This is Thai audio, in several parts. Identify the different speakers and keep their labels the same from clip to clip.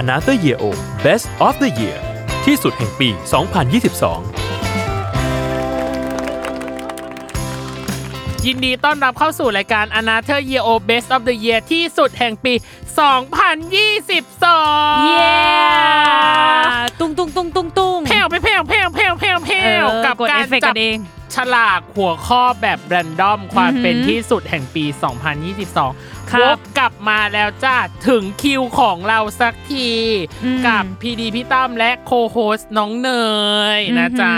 Speaker 1: Another Year O Best of the Year ที่สุดแห่งปี 2022
Speaker 2: ยินดีต้อนรับเข้าสู่รายการ a n a t h e r Year of Best of the Year ที่สุดแห่งปี 2022
Speaker 3: เย้ ตุ้งตุ้งตุ้งตุ้งตุ้ง
Speaker 2: แผ่วไปแผ่วแผ่วแผ่วแผ่วแผ่ว
Speaker 3: เออ
Speaker 2: กับ
Speaker 3: ด
Speaker 2: การ
Speaker 3: เอฟเฟต์
Speaker 2: จั
Speaker 3: กับ นเอง
Speaker 2: ฉลากหัวข้อแบบแรนดอมความ
Speaker 3: อือหือ
Speaker 2: เป็นที่สุดแห่งปี
Speaker 3: ค
Speaker 2: 2022
Speaker 3: รั
Speaker 2: ว
Speaker 3: บ
Speaker 2: กกลับมาแล้วจ้าถึงคิวของเราสักที
Speaker 3: อืม
Speaker 2: กับพีดีพี่ตั้มและโคโฮสน้องเนยนะจ๊ะ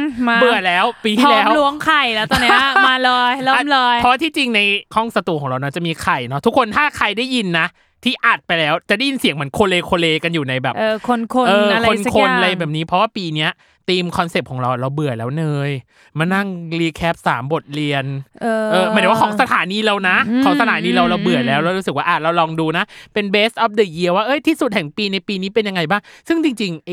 Speaker 3: อื้อหือมา
Speaker 2: เบื่อแล้วปี
Speaker 3: พ
Speaker 2: ที่
Speaker 3: ร้อม
Speaker 2: แล้ว
Speaker 3: ล้วงไข่แล้วต อนเนี้ย มาเลยเริ่มเลย
Speaker 2: เพราะที่จริงในห้องสตูของเรานะจะมีไข่เนาะทุกคนถ้าใครได้ยินนะ ที่อัดไปแล้วจะได้ยินเสียงเหมือนโคเลโคเลกันอยู่ในแบบ
Speaker 3: เออคนคน
Speaker 2: เออ
Speaker 3: อะไร
Speaker 2: คน
Speaker 3: สัก
Speaker 2: ค
Speaker 3: อน ย่าง
Speaker 2: อะไรแบบนี้ เพราะว่าปีเนี้ยธีมคอนเซปต์ของเราเราเบื่อแล้วเนยมานั่งรีแคปสามบทเรียน
Speaker 3: เออ
Speaker 2: เออหมายถึงว่าของสถานีเรานะ
Speaker 3: อืม
Speaker 2: ของสถานีเราเราเบื่อแล้ว
Speaker 3: อืม
Speaker 2: เรารู้สึกว่าอ่ะเราลองดูนะ เป็น best of the year ว่าเอ้ยที่สุดแห่งปีในปีนี้เป็นยังไงบ้างซึ่งจริงๆไอ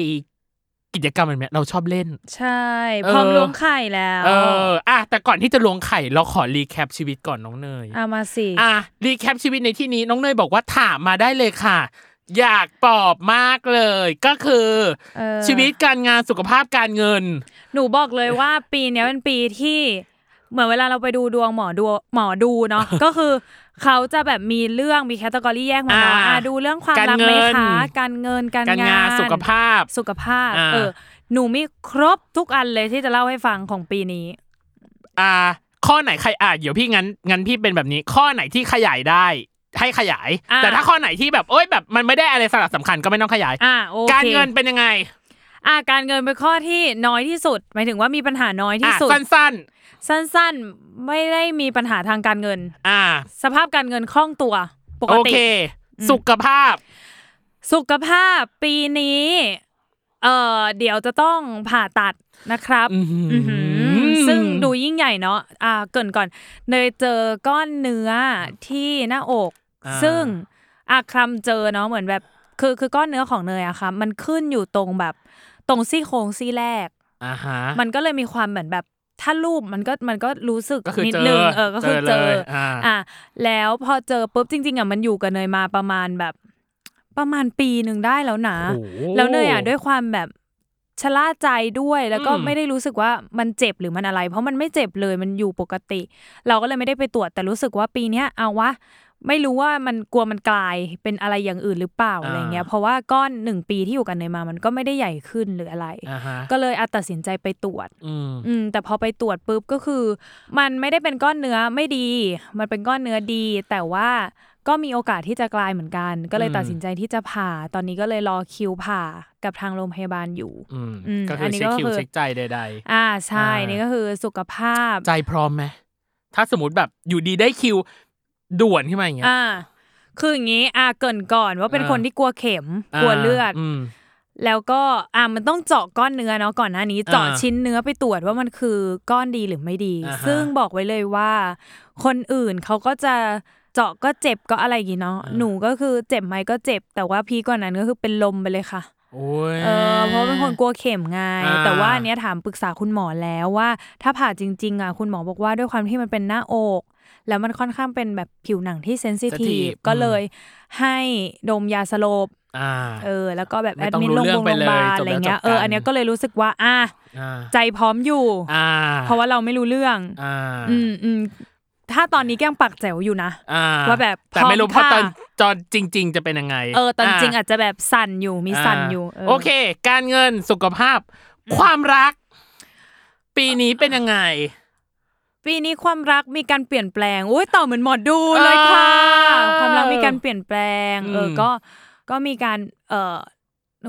Speaker 2: กิจกรรมแบบเนี้ยเราชอบเล่น
Speaker 3: ใช่
Speaker 2: เอ
Speaker 3: พ
Speaker 2: อ
Speaker 3: ร้อมล้วงไข่แล้ว
Speaker 2: เอออ่ะแต่ก่อนที่จะล้วงไข่เราขอรีแคปชีวิตก่อนน้องเนย
Speaker 3: เอามาสิ
Speaker 2: อ่ะรีแคปชีวิตในที่นี้น้องเนยบอกว่าถามมาได้เลยค่ะ อยากปอบมากเลย ก็คือ
Speaker 3: เออ
Speaker 2: ชีวิตการงานสุขภาพการเงิน
Speaker 3: หนูบอกเลยว่าปีเนี้ยเป็นปีที่เหมือนเวลาเราไปดูดวงหมอดูหมอดูเนาะ ก็คือเขาจะแบบมีเรื่องมีแคตตากรีแยกมาเนาะ
Speaker 2: อ่า
Speaker 3: อ่ะดูเรื่องความ
Speaker 2: การ
Speaker 3: รักไหม
Speaker 2: เงิน
Speaker 3: คะ การเงินการ
Speaker 2: กา
Speaker 3: งาง
Speaker 2: ราน นสุขภาพ
Speaker 3: สุขภาพ
Speaker 2: อ่า
Speaker 3: เออหนูมีครบทุกอันเลยที่จะเล่าให้ฟังของปีนี้
Speaker 2: อ่าข้อไหนใครอ่านเดี๋ยวพี่งั้นงั้นพี่เป็นแบบนี้ ข้อไหนที่ขยายได้ให้ขยาย
Speaker 3: อ่ะ
Speaker 2: แต่ถ้าข้อไหนที่แบบเอ้ยแบบมันไม่ได้อะไรสาระสำคัญก็ไม่ต้องขยาย
Speaker 3: อ่าโอเค
Speaker 2: การเงินเป็นยังไง
Speaker 3: อ่าการเงินเป็นข้อที่น้อยที่สุด หมายถึงว่ามีปัญหาน้อยที่
Speaker 2: อ่ะ
Speaker 3: สุด
Speaker 2: สั้น
Speaker 3: สั้นๆไม่ได้มีปัญหาทางการเงิน
Speaker 2: ๆ อ่า
Speaker 3: สภาพการเงินคล่องตัวปก
Speaker 2: โอ
Speaker 3: ติ
Speaker 2: เค สุขภาพ
Speaker 3: สุขภาพปีนี้เออเดี๋ยวจะต้องผ่าตัดนะครับ
Speaker 2: อื้อหืออื้
Speaker 3: อหือซึ่งดูยิ่งใหญ่เนาะอ่าเกรินก่อนเนยเจอก้อนเนื้อที่หน้าอก
Speaker 2: อ่า
Speaker 3: ซึ่งอาคลำเจอเนาะเหมือนแบบคือคือก้อนเนื้อของเนยอะค่ะมันขึ้นอยู่ตรงแบบตรงซี่โครงซี่แรก
Speaker 2: อ่าฮะ
Speaker 3: มันก็เลยมีความเหมือนแบบถ้ารูปมันก็มันก็รู้สึก
Speaker 2: ก็คือ
Speaker 3: นิด
Speaker 2: เจ
Speaker 3: นึ
Speaker 2: อง
Speaker 3: เออก็คือเจ
Speaker 2: เล
Speaker 3: อ
Speaker 2: ยอ่า
Speaker 3: อ่ะแล้วพอเจอปุ๊บจริงๆอ่ะมันอยู่กับเนยมาประมาณแบบ ประมาณปีหนึ่งได้แล้วนะ
Speaker 2: โอ้โห
Speaker 3: แล้วเนยอ่ะด้วยความแบบชะล่าใจด้วยแล้วก็
Speaker 2: อืม
Speaker 3: ไม่ได้รู้สึกว่ามันเจ็บหรือมันอะไร เพราะมันไม่เจ็บเลยมันอยู่ปกติ เราก็เลยไม่ได้ไปตรวจแต่รู้สึกว่าปีเนี้ยเอาวะไม่รู้ว่ามันกลัวมันกลายเป็นอะไรอย่างอื่นหรือเปล่าอะไรเงี้ยเพราะว่าก้อนหนึ่งปีที่อยู่กันเนยมามันก็ไม่ได้ใหญ่ขึ้นหรืออะไร
Speaker 2: อ่าฮะ
Speaker 3: ก็เลยอะตัดสินใจไปตรวจ
Speaker 2: อืม
Speaker 3: อืมแต่พอไปตรวจปุ๊บก็คือ มันไม่ได้เป็นก้อนเนื้อไม่ดี มันเป็นก้อนเนื้อดี แต่ว่าก็มีโอกาสที่จะกลายเหมือนกัน ก็เลย
Speaker 2: อืม
Speaker 3: ตัดสินใจที่จะผ่า ตอนนี้ก็เลยรอคิวผ่ากับทางโรงพยาบาลอยู่
Speaker 2: อืม
Speaker 3: อืม
Speaker 2: ก็
Speaker 3: อั
Speaker 2: คือน
Speaker 3: นี้
Speaker 2: เช็ค
Speaker 3: ก็
Speaker 2: คิว
Speaker 3: คือ
Speaker 2: เช็คใจใด
Speaker 3: อ่าใช่
Speaker 2: อ่านี่
Speaker 3: นี่ก็คือสุขภาพ
Speaker 2: ๆ ใจพร้อมไหมถ้าสมมติแบบอยู่ดีได้คิว ด่วนขึ้นมาอย่างเงี้ย
Speaker 3: อ่าคืออย่างนี้อ่าเกรินก่อนว่าเป็น
Speaker 2: อ่า
Speaker 3: คนที่กลัวเข็มกลัวเลือด
Speaker 2: ม
Speaker 3: แล้วก็อ่ะมันต้องเจาะก้อนเนื้อเนาะก่อนหน้านี้เจาะ
Speaker 2: อ่า
Speaker 3: ชิ้นเนื้อไปตรวจว่ามันคือก้อนดีหรือไม่ดี
Speaker 2: อ่าฮะ
Speaker 3: ซึ่งบอกไว้เลยว่า คนอื่นเขาก็จะเจาะก็เจ็บก็อะไรอย่างงี้เนาะ
Speaker 2: อ่า
Speaker 3: หนูก็คือเจ็บไหมก็เจ็บ แต่ว่าพีคกว่านั้นก็คือเป็นลมไปเลยค่ะ
Speaker 2: โอ้ย
Speaker 3: เออเพราะเป็นคนกลัวเข็มไง
Speaker 2: อ่า
Speaker 3: แต่ว่าอันเนี้ยถามปรึกษาคุณหมอแล้วว่า ถ้าผ่าจริงๆอ่ะคุณหมอบอกว่าด้วยความที่มันเป็นหน้าอก แล้วมันค่อนข้างเป็นแบบผิวหนังที่เซนซิทีฟ
Speaker 2: sensitive
Speaker 3: ก็เลยให้ดมยาสลบ
Speaker 2: อ่า
Speaker 3: เออแล้วก็แบบ
Speaker 2: ไม่
Speaker 3: แอด
Speaker 2: ต้อง
Speaker 3: มินลง
Speaker 2: รู้เรื่อง
Speaker 3: โรง
Speaker 2: ไป
Speaker 3: พยาบาล
Speaker 2: เลยจบแล้ว
Speaker 3: อะไรเงี้ย
Speaker 2: จบกัน
Speaker 3: เอออันเนี้ยก็เลยรู้สึกว่าอ่ะ
Speaker 2: อ่า
Speaker 4: ใจพร้อมอยู่
Speaker 2: อ่า
Speaker 4: เพราะว่าเราไม่รู้เรื่อง
Speaker 2: อ่า
Speaker 4: อืมอืมถ้าตอนนี้แกยังปักแจ๋วอยู่นะ
Speaker 2: อ่า
Speaker 4: ว่าแบบ
Speaker 2: แต่ไม่รู้
Speaker 4: พ
Speaker 2: เพ
Speaker 4: ร้อม
Speaker 2: ราะตอน
Speaker 4: ค่ะ
Speaker 2: ตอนจริง ๆ จะเป็นยังไง
Speaker 4: เออตอนจริง
Speaker 2: ะ
Speaker 4: อาจจะแบบสั่นอยู่มีสั่นอยู่
Speaker 2: าโอเค การเงินสุขภาพ ความรัก ปีนี้เป็นยังไง
Speaker 4: ปีนี้ความรักมีการเปลี่ยนแปลงอุ้ยต่อเหมือนหมอดูเลยค่ะ
Speaker 2: อ้
Speaker 4: ความรักมีการเปลี่ยนแปลง เออ
Speaker 2: ม
Speaker 4: ก็ก็มีการเออ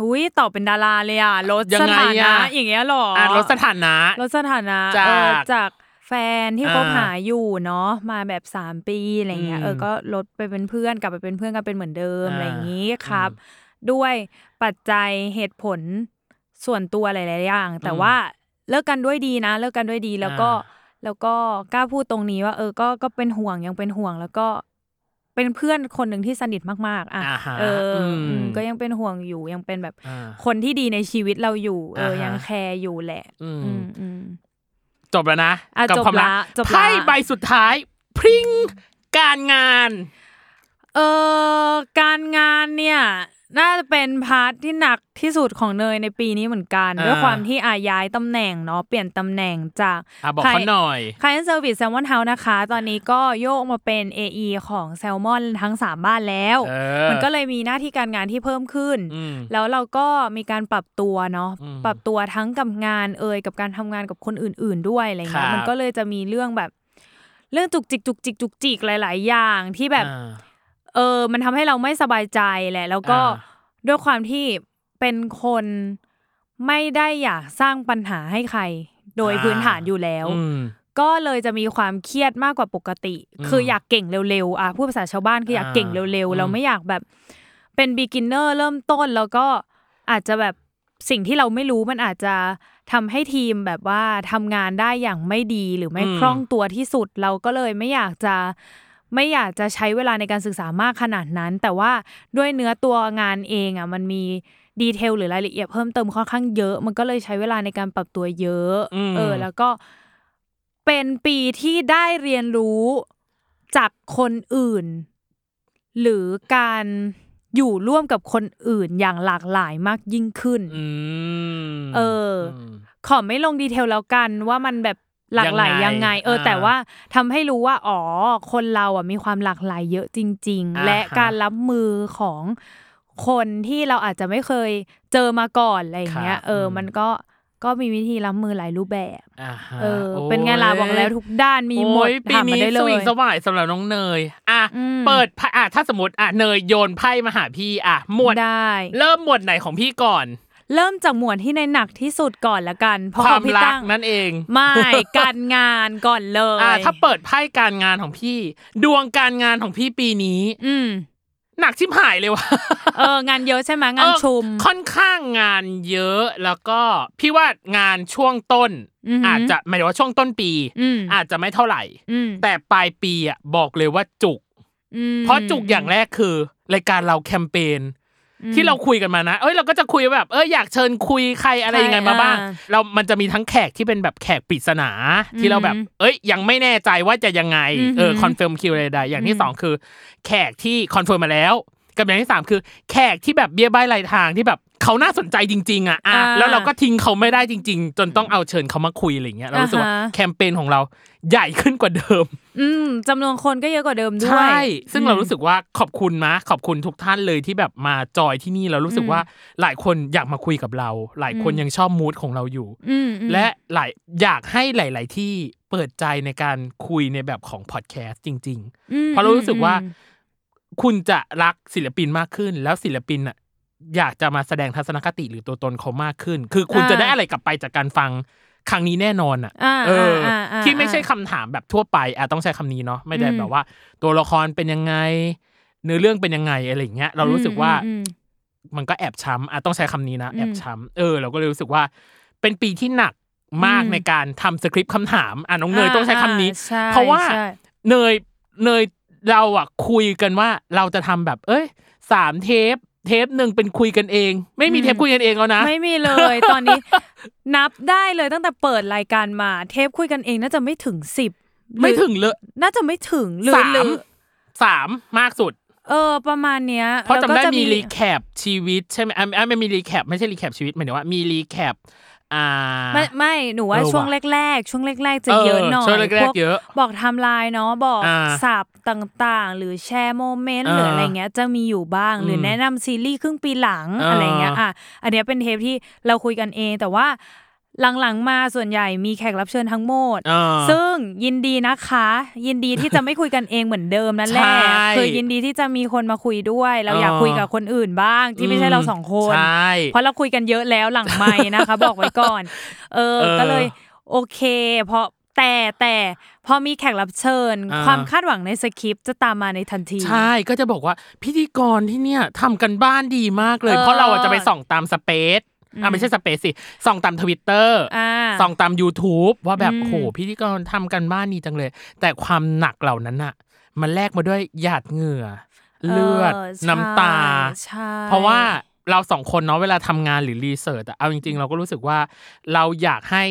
Speaker 4: อุ้ยตอบเป็นดาราเลยอ่ะลด
Speaker 2: ยัง
Speaker 4: ส
Speaker 2: ไง
Speaker 4: ถานะ
Speaker 2: อะ
Speaker 4: อย่างเงี้ยหรอ
Speaker 2: อ่ะลดสถานะ
Speaker 4: ลดสถานะ
Speaker 2: จาก
Speaker 4: เออจากแฟนที่
Speaker 2: อ่า
Speaker 4: คบหาอยู่เนาะมาแบบสามปีอะไรเงี้ย
Speaker 2: อืม
Speaker 4: เออก็ลดไปเป็นเพื่อนกลับไปเป็นเพื่อนกันเป็นเหมือนเดิม
Speaker 2: อ่า
Speaker 4: อะไรอย่างงี้ครับ
Speaker 2: อื
Speaker 4: ด้วยปัจจัยเหตุผลส่วนตัวหลาย ๆ อย่าง แต่
Speaker 2: อืม
Speaker 4: ว่าเลิกกันด้วยดีนะ เลิกกันด้วยดีแล้วก็
Speaker 2: อ่า
Speaker 4: แล้วก็กล้าพูดตรงนี้ว่า เออ ก็ก็เป็นห่วงยังเป็นห่วงแล้วก็เป็นเพื่อนคนหนึ่งที่สนิทมากๆ อ่ะ
Speaker 2: อ่าฮะ
Speaker 4: เอออ
Speaker 2: ม
Speaker 4: อืมก็ยังเป็นห่วงอยู่ยังเป็นแบบ
Speaker 2: อ่า
Speaker 4: คนที่ดีในชีวิตเราอยู่ เออ
Speaker 2: าฮะ
Speaker 4: ยังแคร์อยู่แหละ
Speaker 2: อื
Speaker 4: อื
Speaker 2: ม
Speaker 4: มอืม
Speaker 2: จบแล้วนะ
Speaker 4: อ่ะ
Speaker 2: กั
Speaker 4: จบ
Speaker 2: ความรัก
Speaker 4: ละจบละ
Speaker 2: ไพ่ใบสุดท้าย พริ้งการงาน
Speaker 4: เออการงานเนี่ย น่าจะเป็นพาร์ทที่หนักที่สุดของเนยในปีนี้เหมือนกัน
Speaker 2: อ่า
Speaker 4: ด้วยความที่อาย้ายตำแหน่งเนาะเปลี่ยนตำแหน่งจาก
Speaker 2: อ่ะบอก
Speaker 4: ใคร
Speaker 2: เขาหน่อย
Speaker 4: ค l ายเซอร์วิสแซลมอนเฮาส์นะคะ ตอนนี้ก็โยกมาเป็น AE ของแซลมอนทั้ง 3 บ้านแล้ว
Speaker 2: เออ
Speaker 4: มันก็เลยมีหน้าที่การงานที่เพิ่มขึ้น
Speaker 2: อืม
Speaker 4: แล้วเราก็มีการปรับตัวเนาะ
Speaker 2: อืม
Speaker 4: ปรับตัวทั้งกับงานเอ่ยกับการทำงานกับคนอื่น ๆ ด้วยอะไร
Speaker 2: ครั
Speaker 4: เงี้ย
Speaker 2: บ
Speaker 4: มันก็เลยจะมีเรื่องแบบ เรื่องจุกจิกจุกจิกจุกจิกหลาย ๆ อย่างที่แบบ
Speaker 2: อ่า
Speaker 4: เออ มันทำให้เราไม่สบายใจแหละ แล้วก็
Speaker 2: อ่า
Speaker 4: ด้วยความที่เป็นคนไม่ได้อยากสร้างปัญหาให้ใคร โดย
Speaker 2: อ่า
Speaker 4: พื้นฐานอยู่แล้ว
Speaker 2: อืม
Speaker 4: ก็เลยจะมีความเครียดมากกว่าปกติ
Speaker 2: อืม
Speaker 4: คืออยากเก่งเร็วๆ อ่ะพูดภาษาชาวบ้านคืออยาก
Speaker 2: อ่า
Speaker 4: เก่งเร็ว
Speaker 2: อืม
Speaker 4: ๆ เราไม่อยากแบบเป็นบ e กินเนอร์เริ่มต้น แล้วก็อาจจะแบบสิ่งที่เราไม่รู้มันอาจจะทำให้ทีมแบบว่าทำงานได้อย่างไม่ดีหรือไม่
Speaker 2: อืม
Speaker 4: คล่องตัวที่สุด เราก็เลยไม่อยากจะไม่อยากจะใช้เวลาในการศึกษามากขนาดนั้น แต่ว่าด้วยเนื้อตัวงานเองอ่ะมันมีดีเทลหรือรายละเอียดเพิ่มเติมค่อนข้างเยอะ มันก็เลยใช้เวลาในการปรับตัวเยอะ
Speaker 2: อืม
Speaker 4: เออ แล้วก็เป็นปีที่ได้เรียนรู้จากคนอื่น หรือการอยู่ร่วมกับคนอื่นอย่างหลากหลายมากยิ่งขึ้น
Speaker 2: อืม
Speaker 4: เออ
Speaker 2: ม
Speaker 4: ขอไม่ลงดีเทลแล้วกันว่ามันแบบหลากหลาย
Speaker 2: ยั
Speaker 4: ยัง ง
Speaker 2: ไง
Speaker 4: ไง เออ
Speaker 2: อ่า
Speaker 4: แต่ว่าทำให้รู้ว่าอ๋อคนเราอ่ะมีความหลากหลายเยอะจริง
Speaker 2: อ่า
Speaker 4: ๆ และ
Speaker 2: ฮะ
Speaker 4: การรับมือของคนที่เราอาจจะไม่เคยเจอมาก่อนอะไรอย่างเงี้
Speaker 2: ค
Speaker 4: ย
Speaker 2: รับ
Speaker 4: เอออ
Speaker 2: ม
Speaker 4: มันก็ก็มีวิธีรับมือหลายรูปแบบ
Speaker 2: อ่าฮะ
Speaker 4: เออ
Speaker 2: โย
Speaker 4: เป็นไงล่ะบอกแล้วทุกด้านมีหมด
Speaker 2: โอ้ยปี
Speaker 4: ถามมา
Speaker 2: นี้
Speaker 4: ได้เล
Speaker 2: สวิง
Speaker 4: ย
Speaker 2: สวายสำหรับน้องเนย อ่ะ
Speaker 4: อืม
Speaker 2: เปิดไพ่อ่ะถ้าสมมติอ่ะเนยโยนไพ่มาหาพี่อ่ะหมวด
Speaker 4: ได้
Speaker 2: เริ่มหมวดไหนของพี่ก่อน
Speaker 4: เริ่มจากหมวดที่ในหนักที่สุดก่อนละกันเพราะ
Speaker 2: ค
Speaker 4: ข
Speaker 2: วา
Speaker 4: อง
Speaker 2: ม
Speaker 4: พี่
Speaker 2: รัก
Speaker 4: ตั้ง
Speaker 2: นั่นเอง
Speaker 4: ไม่ การงานก่อนเลย
Speaker 2: อ่ะถ้าเปิดไพ่การงานของพี่ ดวงการงานของพี่ปีนี้
Speaker 4: อืม
Speaker 2: หนักชิบหายเลยว่ะ
Speaker 4: เอองานเยอะใช่ไหมงานชุม
Speaker 2: เออค่อนข้างงานเยอะแล้วก็พี่ว่างานช่วงต้น
Speaker 4: อือหืออ
Speaker 2: อาจจะหมายถึงว่าช่วงต้นปี
Speaker 4: อืม
Speaker 2: อาจจะไม่เท่าไหร่
Speaker 4: อืม
Speaker 2: แต่ปลายปีอ่ะบอกเลยว่าจุก
Speaker 4: อืม
Speaker 2: เพราะจุกอย่างแรกคือ รายการเราแคมเปญ
Speaker 4: อืม
Speaker 2: ที่เราคุยกันมานะ เอ้ยเราก็จะคุยแบบเอ้ยอยากเชิญคุยใครอะไรยังไงมาบ้าง
Speaker 4: อ่า
Speaker 2: เรา มันจะมีทั้งแขกที่เป็นแบบแขกปริศนาที่
Speaker 4: อืม
Speaker 2: เราแบบ เอ้ยยังไม่แน่ใจว่าจะยังไง
Speaker 4: อือหือ
Speaker 2: เออคอนเฟิร์มคิวอะไรใดอย่างที่
Speaker 4: อืม
Speaker 2: สองคือ แขกที่คอนเฟิร์มมาแล้ว กับอย่างที่สามคือ แขกที่แบบเบี้ยใบายลายทางที่แบบเขาน่าสนใจจริง ๆอ่ะอ่ะ
Speaker 4: อ่า
Speaker 2: แล้วเราก็ทิ้งเขาไม่ได้จริง ๆ จนต้องเอาเชิญเขามาคุยอะไรเงี้ยเรารู้สึกว่า
Speaker 4: อ่าฮะ
Speaker 2: แคมเปญของเราใหญ่ขึ้นกว่าเดิม
Speaker 4: อืมจำนวนคนก็เยอะกว่าเดิมด้วย
Speaker 2: ใช่ ซึ่งเรารู้
Speaker 4: อื
Speaker 2: สึกว่าขอบคุณนะ ขอบคุณทุกท่านเลยที่แบบมาจอยที่นี่เรารู้สึกว่าหลายคนอยากมาคุยกับเรา หลายคน
Speaker 4: อืม
Speaker 2: ยังชอบมูดของเราอยู่
Speaker 4: มอืมอืม
Speaker 2: และหลายอยากให้หลาย ๆ ที่เปิดใจในการคุยในแบบของพอดแคสต์จริง ๆ
Speaker 4: อืม
Speaker 2: เพราะเรารู้สึกว่า
Speaker 4: อืม
Speaker 2: คุณจะรักศิลปินมากขึ้น แล้วศิลปินอ่ะอยากจะมาแสดงทัศนคติหรือตัวตนเขามากขึ้น คือคุณ
Speaker 4: อ่า
Speaker 2: จะได้อะไรกลับไปจากการฟังครั้งนี้แน่นอนอ่ะ
Speaker 4: อ่า
Speaker 2: เอออา
Speaker 4: อ่า
Speaker 2: ที่ไม่ใช่
Speaker 4: อ่า
Speaker 2: คำถามแบบทั่วไปอ่ะต้องใช้คำนี้เนาะไม่ได้
Speaker 4: อืม
Speaker 2: แบบว่า ตัวละครเป็นยังไง เนื้อเรื่องเป็นยังไงอะไรอย่างเงี้ยเรารู้สึกว่า
Speaker 4: อืม
Speaker 2: มันก็แอบช้ำอ่ะต้องใช้คำนี้นะ
Speaker 4: อืม
Speaker 2: แอบช้ำเออ เราก็เลยรู้สึกว่า เป็นปีที่หนักมาก
Speaker 4: อืม
Speaker 2: ในการทำสคริปต์คำถามอ่ะน้องเนย
Speaker 4: อ่า
Speaker 2: ต้องใช้คำนี้
Speaker 4: อ่าใช่
Speaker 2: เพราะว่า
Speaker 4: ใช่
Speaker 2: เนยเนยเราอ่ะคุยกันว่าเราจะทำแบบ เอ้ยสามเทป เทปหนึ่งเป็นคุยกันเอง ไม่มีเทปคุยกันเองแล้วนะ
Speaker 4: ไม่มี เลยตอนนี้ นับได้เลยตั้งแต่เปิดรายการมา เทปคุยกันเองน่าจะไม่ถึงสิบ
Speaker 2: ไม่ถึงเลย
Speaker 4: น่าจะไม่ถึงหรือ
Speaker 2: สา
Speaker 4: หรื
Speaker 2: ม
Speaker 4: อ
Speaker 2: สามมากสุด
Speaker 4: เออ ประมาณเนี้ย
Speaker 2: เพราะจำได้
Speaker 4: แล้วก็
Speaker 2: มีรีแคปชีวิตใช่ไหมอ่ะอ่ะไม่มีรีแคปไม่ใช่รีแคปชีวิตหมายถึงว่ามีรีแคป อ่า
Speaker 4: ไม่ไม่หนูว่า
Speaker 2: เออ
Speaker 4: ช่วง
Speaker 2: ว่ะ
Speaker 4: แรกๆ ช่วงแรก ๆ จะเยอะหน่อย
Speaker 2: ช่วงแรก
Speaker 4: พวก
Speaker 2: ๆเยอะ
Speaker 4: บอกไทำลายเนาะบอก
Speaker 2: อ่า
Speaker 4: สับต่างๆ หรือแชร์โมเมนต์
Speaker 2: อ่า
Speaker 4: หรืออะไรเงี้ยจะมีอยู่บ้าง
Speaker 2: อืม
Speaker 4: หรือแนะนำซีรีส์ครึ่งปีหลัง
Speaker 2: อ่า
Speaker 4: อะไรเงี้ยอ่ะอันเนี้ยเป็นเทปที่เราคุยกันเอง แต่ว่าหลังๆมาส่วนใหญ่มีแขกรับเชิญทั้งหมด
Speaker 2: อ่า
Speaker 4: ซึ่งยินดีนะคะ ยินดีที่จะไม่คุยกันเองเหมือนเดิมนั่นแหละ
Speaker 2: ใช่
Speaker 4: คือยินดีที่จะมีคนมาคุยด้วย เราอยาก
Speaker 2: อ่า
Speaker 4: คุยกับคนอื่นบ้างที่ไม่ใช่เราสองคน
Speaker 2: ใช่
Speaker 4: เพราะเราคุยกันเยอะแล้วหลังไม่นะคะ บอกไว้ก่อน เออ
Speaker 2: เออ
Speaker 4: ก็เลยโอเคเพราะแต่แต่พอมีแขกรับเชิญ
Speaker 2: อ่า
Speaker 4: ความคาดหวังในสคริปต์จะตามมาในทันที
Speaker 2: ใช่ก็จะบอกว่าพิธีกรที่เนี่ยทำกันบ้านดีมากเลย
Speaker 4: เออ
Speaker 2: เพราะเราอะจะไปส่องตามสเปซอ่ะไม่ใช่สเปซสิส่องตามทวิตเตอร์
Speaker 4: อ่า
Speaker 2: ส่องตาม YouTube ว่าแบบ
Speaker 4: อืม
Speaker 2: โหพิธีกรทำกันบ้านดีจังเลย แต่ความหนักเหล่านั้นอะมันแลกมาด้วยหยาดเหงื่อ เลือด
Speaker 4: ใช่
Speaker 2: น้ำตา
Speaker 4: ใช่
Speaker 2: เพราะว่าเราสองคนเนาะเวลาทำงานหรือรีเสิร์ชอะเอาจริง ๆ เราก็รู้สึกว่า เราอยากให้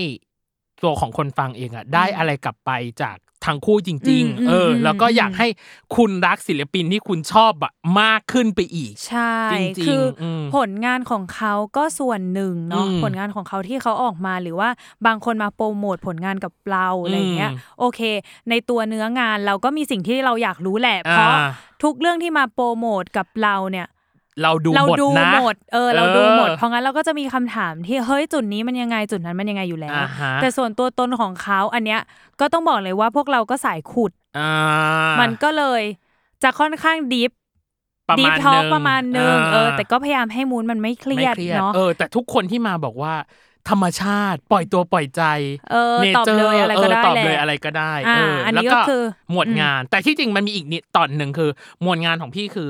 Speaker 2: ตัวของคนฟังเองอะได้อะไรกลับไปจากทางคู่จริง
Speaker 4: อืม
Speaker 2: ๆ เอออ
Speaker 4: ม
Speaker 2: แล้วก็
Speaker 4: อืม
Speaker 2: อยากให้คุณรักศิลปินที่คุณชอบอะมากขึ้นไปอีก
Speaker 4: ใช่
Speaker 2: จริงๆ
Speaker 4: คืออ
Speaker 2: ม
Speaker 4: ผลงานของเขาก็ส่วนหนึ่งเนาะ
Speaker 2: อืม
Speaker 4: ผลงานของเขาที่เขาออกมาหรือว่าบางคนมาโปรโมทผลงานกับเราอะไรอย่างเงี้ย
Speaker 2: อืม
Speaker 4: โอเค ในตัวเนื้องานเราก็มีสิ่งที่เราอยากรู้แหละ เพราะ
Speaker 2: อ่า
Speaker 4: ทุกเรื่องที่มาโปรโมทกับเราเนี่ย
Speaker 2: เราดู
Speaker 4: เรา
Speaker 2: หมด
Speaker 4: ดู
Speaker 2: นะ
Speaker 4: หมดเออเรา
Speaker 2: เออ
Speaker 4: ดูหมด เพราะงั้นเราก็จะมีคำถามที่เฮ้ยจุดนี้มันยังไงจุดนั้นมันยังไงอยู่แล้ว
Speaker 2: อ่าฮะ
Speaker 4: แต่ส่วนตัวตนของเขาอันเนี้ยก็ต้องบอกเลยว่าพวกเราก็สายขุด
Speaker 2: อ่า
Speaker 4: มันก็เลยจะค่อนข้างดิฟ
Speaker 2: ประ
Speaker 4: ดิฟ
Speaker 2: มาณ
Speaker 4: ท้อ
Speaker 2: หนึ่
Speaker 4: ก
Speaker 2: ง
Speaker 4: ประมาณหนึง
Speaker 2: อ่า
Speaker 4: เออ แต่ก็พยายามให้มูนมันไม่เครี
Speaker 2: ไม่
Speaker 4: ยด
Speaker 2: เครียด
Speaker 4: เนาะ
Speaker 2: เออ แต่ทุกคนที่มาบอกว่า ธรรมชาติปล่อยตัวปล่อยใจ
Speaker 4: เออตอบ
Speaker 2: Nature
Speaker 4: เลยอะไรก็ได้
Speaker 2: เตอบ
Speaker 4: แหละ
Speaker 2: เลยอะไรก็ได้
Speaker 4: อ่า
Speaker 2: เอออน
Speaker 4: นี้
Speaker 2: แล้ว
Speaker 4: ก็คือ
Speaker 2: หมวด
Speaker 4: อืม
Speaker 2: งาน แต่ที่จริงมันมีอีกนิดตอนหนึ่งคือ หมวดงานของพี่คือ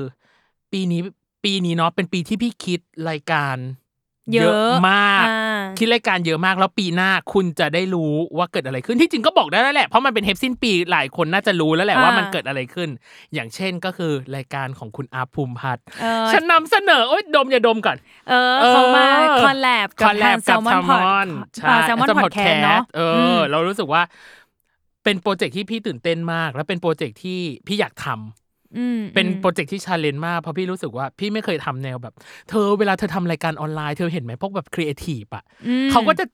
Speaker 2: ปีนี้ปีนี้เนาะเป็นปีที่พี่คิดรายการมาก
Speaker 4: อ่า
Speaker 2: คิดรายการเยอะมากแล้วปีหน้าคุณจะได้รู้ว่าเกิดอะไรขึ้นที่จริงก็บอกได้แล้วแหละเพราะมันเป็นเทปสิ้นปีหลายคนน่าจะรู้แล้วแหละ
Speaker 4: อ่า
Speaker 2: ว่ามันเกิดอะไรขึ้น อย่างเช่นก็คือรายการของคุณอาภูมิพัฒน์
Speaker 4: เออ
Speaker 2: ฉันนำเสนอโอ๊ยดมอย่าดมก่อน
Speaker 4: เออเขามา
Speaker 2: เออ
Speaker 4: คอลแลบกับทา
Speaker 2: collab
Speaker 4: งแซลมอนพอด
Speaker 2: ใช่
Speaker 4: แซลมอนพอดแคสต์เนาะ
Speaker 2: เอออ เรารู้สึกว่า เป็นโปรเจกต์ที่พี่ตื่นเต้นมาก และเป็นโปรเจกต์ที่พี่อยากทำ
Speaker 4: อืม
Speaker 2: เป็น
Speaker 4: อืม
Speaker 2: โปรเจกต์ที่ชาเลนจ์มากเพราะพี่รู้สึกว่าพี่ไม่เคยทำแนวแบบ เธอเวลาเธอทำรายการออนไลน์เธอเห็นไหมพวกแบบครีเอทีฟอ่ะ
Speaker 4: อืม
Speaker 2: เขาก็จะ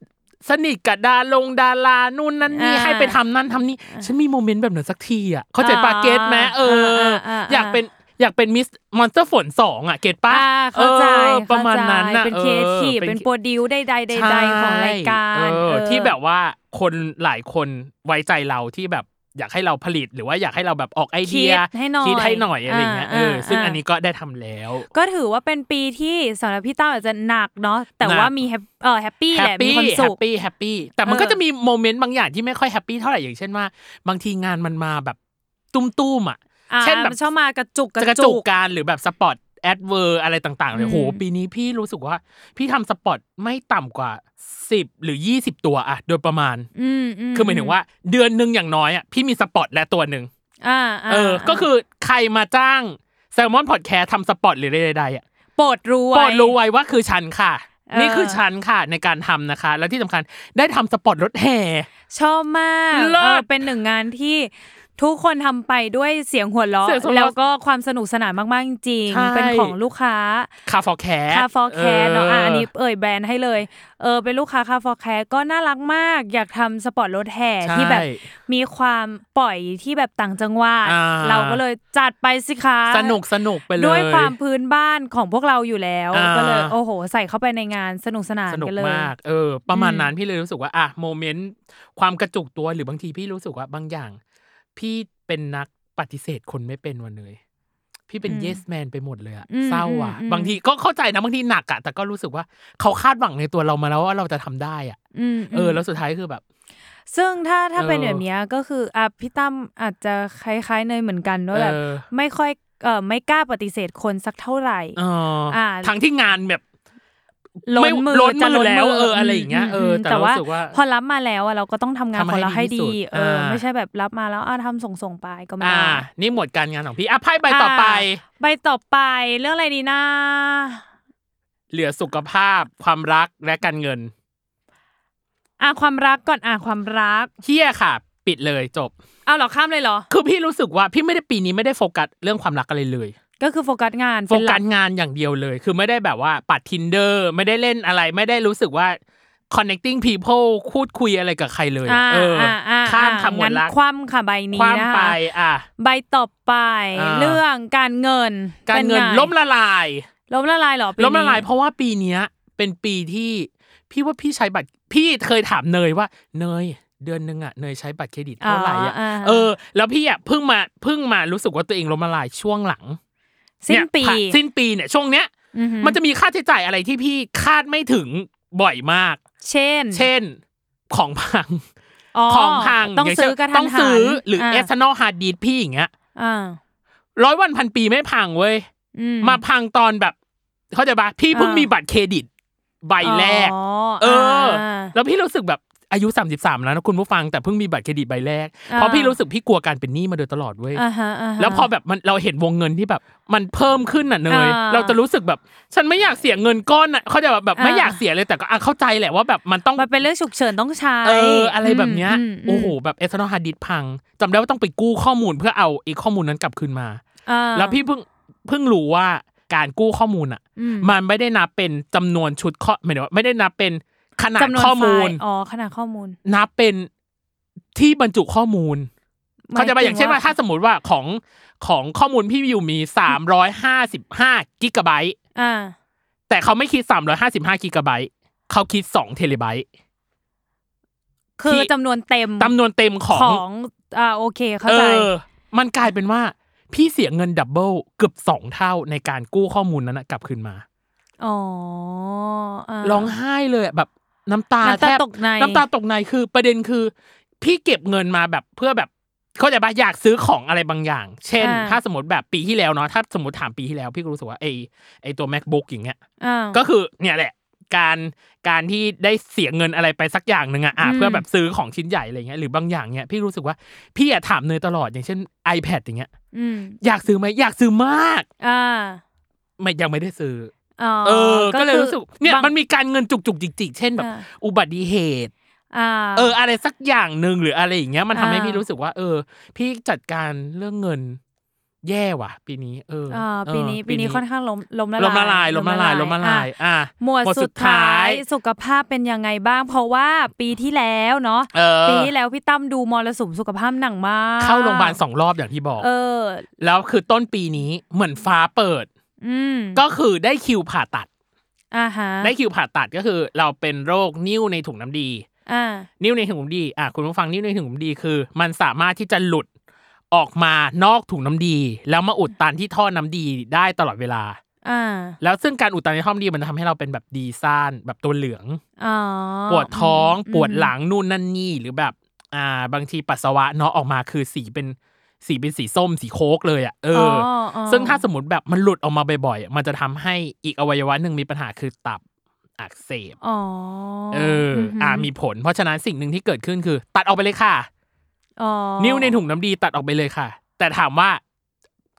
Speaker 2: สนิทกับดาลงดารานู่นนั่นนี่
Speaker 4: อ่า
Speaker 2: ให้ไปทำนั่นทำนี่ฉันมีโมเมนต์แบบนั้นสักทีอ่ะเขาใจปาเกตไหมเอออา
Speaker 4: อ่าอ่า
Speaker 2: อยากเป็นอยากเป็นมิสมอนสเตอร์ฝนสองอ่ะเกตปะ
Speaker 4: อ่าเข้าใจ
Speaker 2: ออป
Speaker 4: เข้ใจ
Speaker 2: ระมาณนั้นน่ะ
Speaker 4: เป็นครีเอทีฟ
Speaker 2: ออ
Speaker 4: เป็นโปรดิวใดๆใดๆของรายการ
Speaker 2: ใช่เออ
Speaker 4: เออ
Speaker 2: ที่แบบว่าคนหลายคนไว้ใจเราที่แบบอยากให้เราผลิตหรือว่าอยากให้เราแบบออกไอเดีย
Speaker 4: คิดให้หน่อย
Speaker 2: คิดให้หน่อยอะไรอย่างเงี้ย
Speaker 4: อ่า
Speaker 2: เออซึ่ง
Speaker 4: อ่า
Speaker 2: อันนี้ก็ได้ทำแล้ว
Speaker 4: ก็ถือว่าเป็นปีที่สำหรับพี่ตั้มอาจจะหนักเนาะแต่ว่า
Speaker 2: หนัก
Speaker 4: มีแฮปเออแฮปปี้
Speaker 2: แฮ
Speaker 4: แหละ
Speaker 2: ป
Speaker 4: มี
Speaker 2: ปี้
Speaker 4: ความ
Speaker 2: แฮ
Speaker 4: สุ
Speaker 2: ป
Speaker 4: ข
Speaker 2: ปี้แฮปปี้แต่มันก็
Speaker 4: เออ
Speaker 2: จะมีโมเมนต์บางอย่างที่ไม่ค่อยแฮปปี้เท่าไหร่อย่างเช่นว่า บางทีงานมันมาแบบตุ้มๆอ่ะ
Speaker 4: อ่า
Speaker 2: เช่นแบบ
Speaker 4: มัชอบมากระจุกก
Speaker 2: จะก
Speaker 4: ระ
Speaker 2: ระจุ
Speaker 4: จุ
Speaker 2: ก
Speaker 4: ก
Speaker 2: การหรือแบบสปอตแอดเวอร์อะไรต่างๆเลย
Speaker 4: อืม
Speaker 2: โหปีนี้พี่รู้สึกว่า พี่ทำสปอตไม่ต่ำกว่า 10 หรือ 20 ตัวอะโดยประมาณ
Speaker 4: อืม
Speaker 2: คือหมายถึงว่าเดือนหนึ่งอย่างน้อยอ่ะพี่มีสปอตและตัวหนึ่ง
Speaker 4: อ่าา
Speaker 2: เออ ก็คือใครมาจ้างแซลมอนพอดแคสทำสปอตหรือใดๆอ่ะ
Speaker 4: โปรดรู้ไว้
Speaker 2: โปรดรู้ไว้ว่าคือฉันค่ะ
Speaker 4: เออ
Speaker 2: นี่คือฉันค่ะในการทำนะคะ แล้วที่สำคัญได้ทำสปอตรถแห่
Speaker 4: ชอบมาก
Speaker 2: เลิศ
Speaker 4: เออเป็นหนึ่งงานที่ทุกคนทำไปด้วยเสียงหัวเราะ
Speaker 2: เสียงหัวเราะ
Speaker 4: แล้วก็ความสนุกสนานมากๆจริง
Speaker 2: ใช่
Speaker 4: ๆเป็นของลูกค้า
Speaker 2: คาฟอแคส
Speaker 4: คาฟอแคร์เนาะอ่ะอันนี้เอ่ยแบรนด์ให้เลย เออเป็นลูกค้าคาฟอแคร์ก็น่ารักมาก อยากทำสปอร์ตรถแห่
Speaker 2: ใช่
Speaker 4: ที่แบบมีความปล่อยที่แบบต่างจังหวัด
Speaker 2: อ่า
Speaker 4: เราก็เลยจัดไปสิคะ
Speaker 2: สนุกสนุกไปเลย
Speaker 4: ด้วยความพื้นบ้านของพวกเราอยู่แล้ว
Speaker 2: อ่า
Speaker 4: ก็เลยโอ้โห ใส่เข้าไปในงานสนุกสนาน
Speaker 2: สนุก
Speaker 4: กันเลย
Speaker 2: มาก เออ ประมาณ
Speaker 4: อืม
Speaker 2: นั้นพี่เลยรู้สึกว่า อ่ะโมเมนต์ความกระจุกตัวหรือบางทีพี่รู้สึกว่าบางอย่าง พี่เป็นนักปฏิเสธคนไม่เป็นวันเลย พี่เป็น yes man ไปหมดเลยอะ
Speaker 4: อืม
Speaker 2: เศร้าอะ
Speaker 4: อืมอืม
Speaker 2: บางทีก็เข้าใจนะบางทีหนักอะแต่ก็รู้สึกว่าเขาคาดหวังในตัวเรามาแล้วว่าเราจะทำได้อะ
Speaker 4: อืม
Speaker 2: เออ แล้วสุดท้ายคือแบบ
Speaker 4: ซึ่งถ้าถ้าเป็น
Speaker 2: เออ
Speaker 4: แบบเนี้ยก็คืออ่ะพี่ตั้มอาจจะคล้ายๆเนยเหมือนกันว่าแบบ
Speaker 2: เออ
Speaker 4: ไม่ค่อยเออไม่กล้าปฏิเสธคนสักเท่าไหร่
Speaker 2: เอออา ทั้งที่งานแบบ
Speaker 4: ล้นมือ
Speaker 2: ไล้น
Speaker 4: จะ
Speaker 2: มือ
Speaker 4: ล้น
Speaker 2: แล้
Speaker 4: มื
Speaker 2: ว
Speaker 4: อ
Speaker 2: เอออะไรอย่างเงี้ย
Speaker 4: ม
Speaker 2: เออ
Speaker 4: ม
Speaker 2: แต่เรารู้สึกว่า
Speaker 4: พอรับมาแล้วอะเราก็ต้องทำงาน
Speaker 2: ทำให้
Speaker 4: ของเราให้
Speaker 2: ดีที่
Speaker 4: ดี
Speaker 2: สุด
Speaker 4: เอออา ไม่ใช่แบบรับมาแล้วอ่ะทำส่งส่งๆไปก็ไม่
Speaker 2: อ่า
Speaker 4: ได้
Speaker 2: นี่หมวดการงานของพี่อ่ะไพ่ใบต่อไป
Speaker 4: าใบต่อไปเรื่องอะไรดีนะ
Speaker 2: เหลือสุขภาพ ความรักและการเงิน
Speaker 4: อ่ะความรักก่อนอ่ะความรัก
Speaker 2: เฮียค่ะ ปิดเลยจบ
Speaker 4: เอาเหรอข้ามเลยเหรอ
Speaker 2: คือพี่รู้สึกว่าพี่ไม่ได้ปีนี้ไม่ได้โฟกัสเรื่องความรักอะไรเลย
Speaker 4: ก็คือโฟกัสงาน
Speaker 2: โฟ
Speaker 4: เป็นห
Speaker 2: กัส
Speaker 4: ลั
Speaker 2: งานอย่างเดียวเลย คือไม่ได้แบบว่าปัดทินเดอร์ไม่ได้เล่นอะไร ไม่ได้รู้สึกว่า connecting people พูดคุยอะไรกับใครเลยอะ
Speaker 4: อ่า
Speaker 2: เอออ
Speaker 4: อ่าอ่า
Speaker 2: ข้ามคำหมว
Speaker 4: งั้
Speaker 2: ด
Speaker 4: น
Speaker 2: ละ
Speaker 4: คว่ำค่ะใบ
Speaker 2: ค
Speaker 4: นี้นะ
Speaker 2: ว่ำไป
Speaker 4: คะ
Speaker 2: อ่ะ
Speaker 4: ใบต่อไป
Speaker 2: อ่า
Speaker 4: เรื่องการเงิน
Speaker 2: การ
Speaker 4: ป็
Speaker 2: เงิน
Speaker 4: ไ
Speaker 2: ล้มละลาย
Speaker 4: ล้มละลายเหรอปีนี้
Speaker 2: ล้มละลายเพราะว่าปีเนี้ยเป็นปีที่พี่ว่าพี่ใช้บัตรพี่เคยถามเนยว่า เนยเดือนหนึ่งอ่ะเนยใช้บัตรเครดิตเท่าไหร่อ่ะ
Speaker 4: า
Speaker 2: เออ แล้วพี่อ่ะเพิ่งมาเพิ่งมารู้สึกว่าตัวเองล้มละลายช่วงหลัง
Speaker 4: สิ้น
Speaker 2: เย
Speaker 4: ปี
Speaker 2: ผ่าสิ้นปีเนี่ยช่วงเนี้ย
Speaker 4: อือหือ
Speaker 2: มันจะมีค่าใช้จ่ายอะไรที่พี่คาดไม่ถึงบ่อยมาก
Speaker 4: เช่น
Speaker 2: เช่น ของพัง
Speaker 4: ข
Speaker 2: ข
Speaker 4: อ
Speaker 2: อง งพัง
Speaker 4: ต้อง
Speaker 2: ย่า
Speaker 4: ซื้อ
Speaker 2: เช่
Speaker 4: กระทันหัน
Speaker 2: ต้องซื้อหรือ
Speaker 4: า
Speaker 2: external hard disk พี่อย่างเงี้ย
Speaker 4: อ่า
Speaker 2: ร้อยวันพันปีไม่พังเว้ย
Speaker 4: อื
Speaker 2: มาพังตอนแบบ เข้าใจปะพี่เพิ่ง
Speaker 4: ามี
Speaker 2: มีบัตรเครดิต ใบแรก
Speaker 4: อ๋อ
Speaker 2: เออ
Speaker 4: า
Speaker 2: แล้วพี่รู้สึกแบบอายุ 33 แล้วนะคุณผู้ฟังแต่เพิ่งมีบัตรเครดิตใบแรก
Speaker 4: อ่า
Speaker 2: เพราะพี่รู้สึกพี่กลัวการเป็นหนี้มาโดยตลอดเว้ย
Speaker 4: อ่าฮะาฮะ
Speaker 2: แล้วพอแบบมันเราเห็นวงเงินที่แบบ มันเพิ่มขึ้นน่ะเนย
Speaker 4: อ่า
Speaker 2: เราจะรู้สึกแบบ ฉันไม่อยากเสียเงินก้อนน่ะเขาใจปะแบบไม่
Speaker 4: อ่า
Speaker 2: อยากเสียเลยแต่ก็อ่ะเข้าใจแหละว่าแบบมันต้อง
Speaker 4: มันเป็นเรื่องฉุกเฉินต้องใช้
Speaker 2: เอออะไรแบบเนี้ย
Speaker 4: มม
Speaker 2: โอ้โหแบบเอสโนฮาดิสพังจำได้ว่าต้องไปกู้ข้อมูลเพื่อเอาไอ้ข้อมูลนั้นกลับคืนมา
Speaker 4: อ่า
Speaker 2: แล้วพี่เพิ่งเพิ่งรู้ว่าการกู้ข้อมูลอ่ะ
Speaker 4: อืม
Speaker 2: มันไม่ได้นับเป็นจำนวนชุดข้อหมายถึงว่าไม่ได้นับเป็นขนาด
Speaker 4: จำนวน
Speaker 2: ข้อมูล
Speaker 4: ไฟล์อ๋อขนาดข้อมูล
Speaker 2: นับเป็นที่บรรจุข้อมูล เขาใจะไปอย่างเช่นว่าถ้าสมมติว่าของของข้อมูลพี่วิวมีสามร้อยห้าสิบห้ากิกะไบต์
Speaker 4: อ่า
Speaker 2: แต่เขาไม่คิดสามร้อยห้าสิบห้ากิกะไบต์เขาคิดสองเทเลไบต์
Speaker 4: คือจำนวนเต็ม
Speaker 2: จำนวนเต็มของ
Speaker 4: ของอ่าโอเคเข้า
Speaker 2: เอ
Speaker 4: ใจ
Speaker 2: อ มันกลายเป็นว่าพี่เสียเงินดับเบิลเกือบสองเท่าในการกู้ข้อมูลนั้นนะกลับคืนมา
Speaker 4: อ๋ออ่า
Speaker 2: ร้องไห้เลยอะแบบน้ำตา
Speaker 4: น้ำ
Speaker 2: แท
Speaker 4: ตา
Speaker 2: บ
Speaker 4: ตกใน
Speaker 2: น้ำตาตกในคือประเด็นคือ พี่เก็บเงินมาแบบเพื่อแบบเข้าใจปะอยากซื้อของอะไรบางอย่าง เช่น
Speaker 4: อ่า
Speaker 2: ถ้าสมมติแบบปีที่แล้วเนาะถ้าสมมติถามปีที่แล้ว พี่ก็รู้สึกว่าไอไอตัว macbook อย่างเงี้ย
Speaker 4: อ่า
Speaker 2: ก็คือเนี่ยแหละ การการที่ได้เสียเงินอะไรไปสักอย่างหนึ่งอะอ่ะ
Speaker 4: อืม
Speaker 2: เพื่อแบบซื้อของชิ้นใหญ่อะไรเงี้ยหรือบางอย่างเนี้ยพี่รู้สึกว่าพี่อะถามเนยตลอดอย่างเช่น iPad อย่างเงี้ย
Speaker 4: อืม
Speaker 2: อยากซื้อไหมอยากซื้อมาก
Speaker 4: อ่า
Speaker 2: ไม่ยังไม่ได้ซื้อ
Speaker 4: อ๋อ
Speaker 2: อเออ ก็เลย
Speaker 4: คือ
Speaker 2: รู้สึกเนี่ย
Speaker 4: บาง
Speaker 2: มันมีการเงินจุกๆจิกๆเช่นแบบ
Speaker 4: อ่า
Speaker 2: อุบัติเหตุ
Speaker 4: อ่า
Speaker 2: เอออะไรสักอย่างหนึ่งหรืออะไรอย่างเงี้ยมันทำให้
Speaker 4: อ่า
Speaker 2: พี่รู้สึกว่า เออ พี่จัดการเรื่องเงิน แย่ว่ะ ปีนี้ เออ
Speaker 4: อ่า
Speaker 2: เออ
Speaker 4: ปีนี้ปีนี้ค่อนข้างล้มล้มละลาย
Speaker 2: ล้มละลายล้มละลายล้มละลาย
Speaker 4: อ่ะ
Speaker 2: อ่ะ
Speaker 4: หมวดสุดท้ายสุขภาพเป็นยังไงบ้าง เพราะว่าปีที่แล้วเนาะ
Speaker 2: เออ
Speaker 4: ปีที่แล้วพี่ตั้มดูมรสุมสุขภาพหนังมาก
Speaker 2: เข้าโรงพยาบาลสองรอบอย่างที่บอก
Speaker 4: เออ
Speaker 2: แล้วคือต้นปีนี้เหมือนฟ้าเปิด
Speaker 4: อืม
Speaker 2: ก็คือได้คิวผ่าตัด
Speaker 4: อ่าฮะ
Speaker 2: ได้คิวผ่าตัดก็คือ เราเป็นโรคนิ้วในถุงน้ำดี
Speaker 4: อ่า
Speaker 2: นิ้วในถุงน้ำดีอ่ะคุณผู้ฟังนิ้วในถุงน้ำดีคือ มันสามารถที่จะหลุดออกมานอกถุงน้ำดี แล้วมาอุดตันที่ท่อน้ำดีได้ตลอดเวลา
Speaker 4: อ่า
Speaker 2: แล้วซึ่งการอุดตันในท่อน้ำดีมันจะทำให้เราเป็นแบบดีซ่านแบบตัวเหลือง
Speaker 4: อ๋อ
Speaker 2: ปวดท้อง
Speaker 4: ม
Speaker 2: ปวดหลังนู่นนั่นนี่หรือแบบ อ่า บางทีปัสสาวะเนาะออกมาคือสีเป็นสีเป็นสีส้มสีโคกเลยอ่ะเอออ
Speaker 4: อ๋อ
Speaker 2: ซึ่งถ้าสมมติแบบมันหลุดออกมาบ่อยๆอ่ะมันจะทำให้อีกอวัยวะหนึ่งมีปัญหาคือตับอักเสบ
Speaker 4: อ๋อ
Speaker 2: เอออ
Speaker 4: หื
Speaker 2: อ่ามีผล เพราะฉะนั้นสิ่งหนึ่งที่เกิดขึ้นคือ ตัดออกไปเลยค่ะ
Speaker 4: อ๋อ
Speaker 2: นิ้วในถุงน้ำดีตัดออกไปเลยค่ะ แต่ถามว่า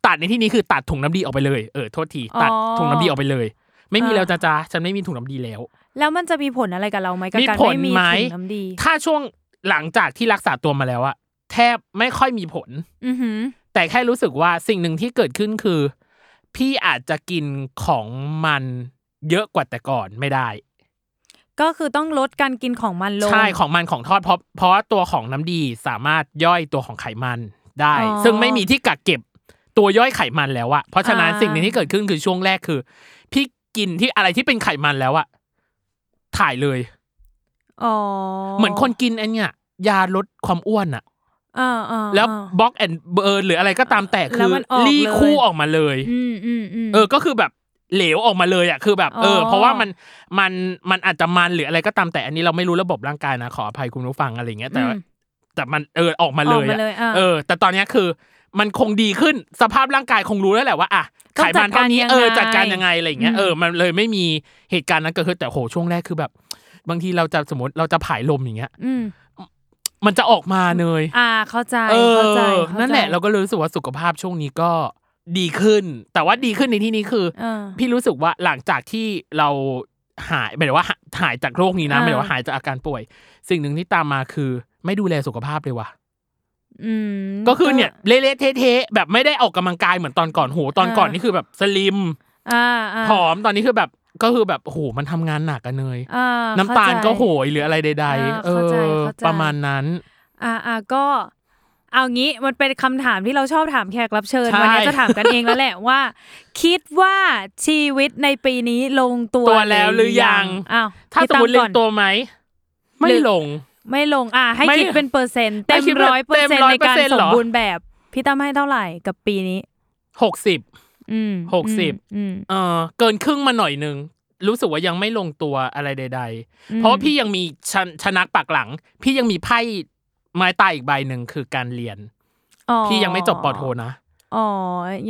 Speaker 2: ตัดในที่นี้คือตัดถุงน้ำดีออกไปเลยเออโทษทีตัดถุงน้ำดีออกไปเลย ไม่มีแล้วจ้าจ้าฉันไม่มีถุงน้ำดีแล้ว
Speaker 4: แล้วมันจะมีผลอะไรกับเราไหมกับ
Speaker 2: มี
Speaker 4: การ
Speaker 2: ผล
Speaker 4: ไม่มี
Speaker 2: ไหม
Speaker 4: ถุงน้ำดี
Speaker 2: ถ้าช่วงหลังจากที่รักษาตัวมาแล้วอะแทบไม่ค่อยมีผล
Speaker 4: อือหือ
Speaker 2: แต่แค่รู้สึกว่าสิ่งหนึ่งที่เกิดขึ้นคือ พี่อาจจะกินของมันเยอะกว่าแต่ก่อนไม่ได้
Speaker 4: ก็คือต้องลดการกินของมันลง
Speaker 2: ใช่ของมันของทอดเพราะเพราะว่าตัวของน้ำดีสามารถย่อยตัวของไขมันได้
Speaker 4: อ๋อ
Speaker 2: ซึ่งไม่มีที่กักเก็บตัวย่อยไขมันแล้วอะเพราะฉะนั้น
Speaker 4: อ่า
Speaker 2: สิ่งหนึ่งที่เกิดขึ้นคือช่วงแรกคือ พี่กินที่อะไรที่เป็นไขมันแล้วอะถ่ายเลย
Speaker 4: อ๋อ
Speaker 2: เหมือนคนกินอันเนี้ยยาลดความอ้วนอะ
Speaker 4: อ่าอ่า
Speaker 2: แล้ว
Speaker 4: อ่า
Speaker 2: บล็อกแอนเบิร์หรืออะไรก็ตามแต่
Speaker 4: แล้
Speaker 2: คื
Speaker 4: ว
Speaker 2: อ
Speaker 4: มันออก
Speaker 2: รี
Speaker 4: เลย
Speaker 2: คู่ออกมาเลย
Speaker 4: อืมอืมอืม
Speaker 2: เออ ก็คือแบบเหลวออกมาเลยอ่ะ คือแบบ เออ
Speaker 4: อ๋อ
Speaker 2: เพราะว่ามัน มัน มันอาจจะมันหรืออะไรก็ตามแต่อันนี้เราไม่รู้ระบบร่างกายนะ ขออภัยคุณผู้ฟังอะไรอย่างเงี้ย แต่ว่าแต่มัน เออ ออกมา
Speaker 4: อ
Speaker 2: เล
Speaker 4: อก
Speaker 2: ย
Speaker 4: มา
Speaker 2: อะ
Speaker 4: เลยอ่ะ
Speaker 2: เออ แต่ตอนเนี้ยคือ มันคงดีขึ้น สภาพร่างกายคงรู้แล้วแหละว่า อ่ะ
Speaker 4: ต้อ
Speaker 2: ไข
Speaker 4: งจั
Speaker 2: มั
Speaker 4: ด
Speaker 2: น
Speaker 4: กา
Speaker 2: เท่ารนี้
Speaker 4: ยังไง
Speaker 2: เออ จัดการยังไงอะไรอย่างเงี้ย
Speaker 4: อืม
Speaker 2: เออ มันเลยไม่มีเหตุการณ์นั้นเกิดขึ้น แต่โห ช่วงแรกคือแบบ บางทีเราจะสมมติเราจะผายลมอย่างเงี้ย
Speaker 4: อืม
Speaker 2: มันจะออกมาเนย
Speaker 4: อ่าเข้าใจ
Speaker 2: เออ
Speaker 4: เข้าใจเข้าใจ
Speaker 2: นั่นแหละเราก็เลยรู้สึกว่าสุขภาพช่วงนี้ก็ดีขึ้น แต่ว่าดีขึ้นในที่นี้คือ
Speaker 4: เออ
Speaker 2: พี่รู้สึกว่าหลังจากที่เราหายหมายถึงว่าหาหายจากโรคนี้นะ
Speaker 4: อ่า
Speaker 2: หมายถึงว่าหายจากอาการป่วย สิ่งหนึ่งที่ตามมาคือ ไม่ดูแลสุขภาพเลยว่ะ
Speaker 4: อืม
Speaker 2: ก็คือเนี่ยเละๆเทะๆแบบไม่ได้ออกกำลังกายเหมือนตอนก่อนโหตอนก่อน
Speaker 4: อ่านี่
Speaker 2: นี่คือแบบสลิม
Speaker 4: อ่าอ่า
Speaker 2: ผอมตอนนี้คือแบบ ก็คือแบบโอ้โหมันทำงานหนักอะเนย
Speaker 4: อ่
Speaker 2: น้ำตาล
Speaker 4: เข้ใจ
Speaker 2: ก็โหยหรืออะไรใด
Speaker 4: อ่า
Speaker 2: ๆ เอ
Speaker 4: เข้าใจ
Speaker 2: อ
Speaker 4: เข้าใจ
Speaker 2: ประมาณนั้น
Speaker 4: อ่าอ่าก็เอางี้มันเป็นคำถามที่เราชอบถามแขกรับเชิญ
Speaker 2: ใช่
Speaker 4: วันนี้จะถามกันเองแล้วแหละว่า คิดว่าชีวิตในปีนี้ลงตัว
Speaker 2: ตัวแล้วหรือยัง
Speaker 4: อ้าว
Speaker 2: ถ้า
Speaker 4: พี่
Speaker 2: สมมติ
Speaker 4: ม
Speaker 2: ล
Speaker 4: ก่
Speaker 2: ง
Speaker 4: อน
Speaker 2: ตัวไหม ไม่
Speaker 4: หรือ
Speaker 2: ลง
Speaker 4: ไม่ลงอ่าให้
Speaker 2: ไม่
Speaker 4: คิดเป็นเปอร์เซ็นต์เต็
Speaker 2: ให้
Speaker 4: ม
Speaker 2: คิดเป็น
Speaker 4: ร้อยเปอร์เซ็น
Speaker 2: เต็
Speaker 4: ต์
Speaker 2: ม
Speaker 4: ในการ
Speaker 2: 100%
Speaker 4: ส
Speaker 2: เหร
Speaker 4: ม
Speaker 2: อ
Speaker 4: บูรณ์แบบพี่ตั้มให้เท่าไหร่กับปีนี้
Speaker 2: หกสิบ
Speaker 4: อืม
Speaker 2: หกสิบ
Speaker 4: อืม
Speaker 2: เออเกินครึ่งมาหน่อยนึง รู้สึกว่ายังไม่ลงตัวอะไรใด
Speaker 4: อื
Speaker 2: ๆ
Speaker 4: ม
Speaker 2: เพราะว่าพี่ยังมีชนชนักปากหลัง พี่ยังมีไพ่ไม้ตายอีกใบหนึ่งคือการเรียน
Speaker 4: อ๋อ
Speaker 2: พี่ยังไม่จบปอโทนะ
Speaker 4: อ๋อ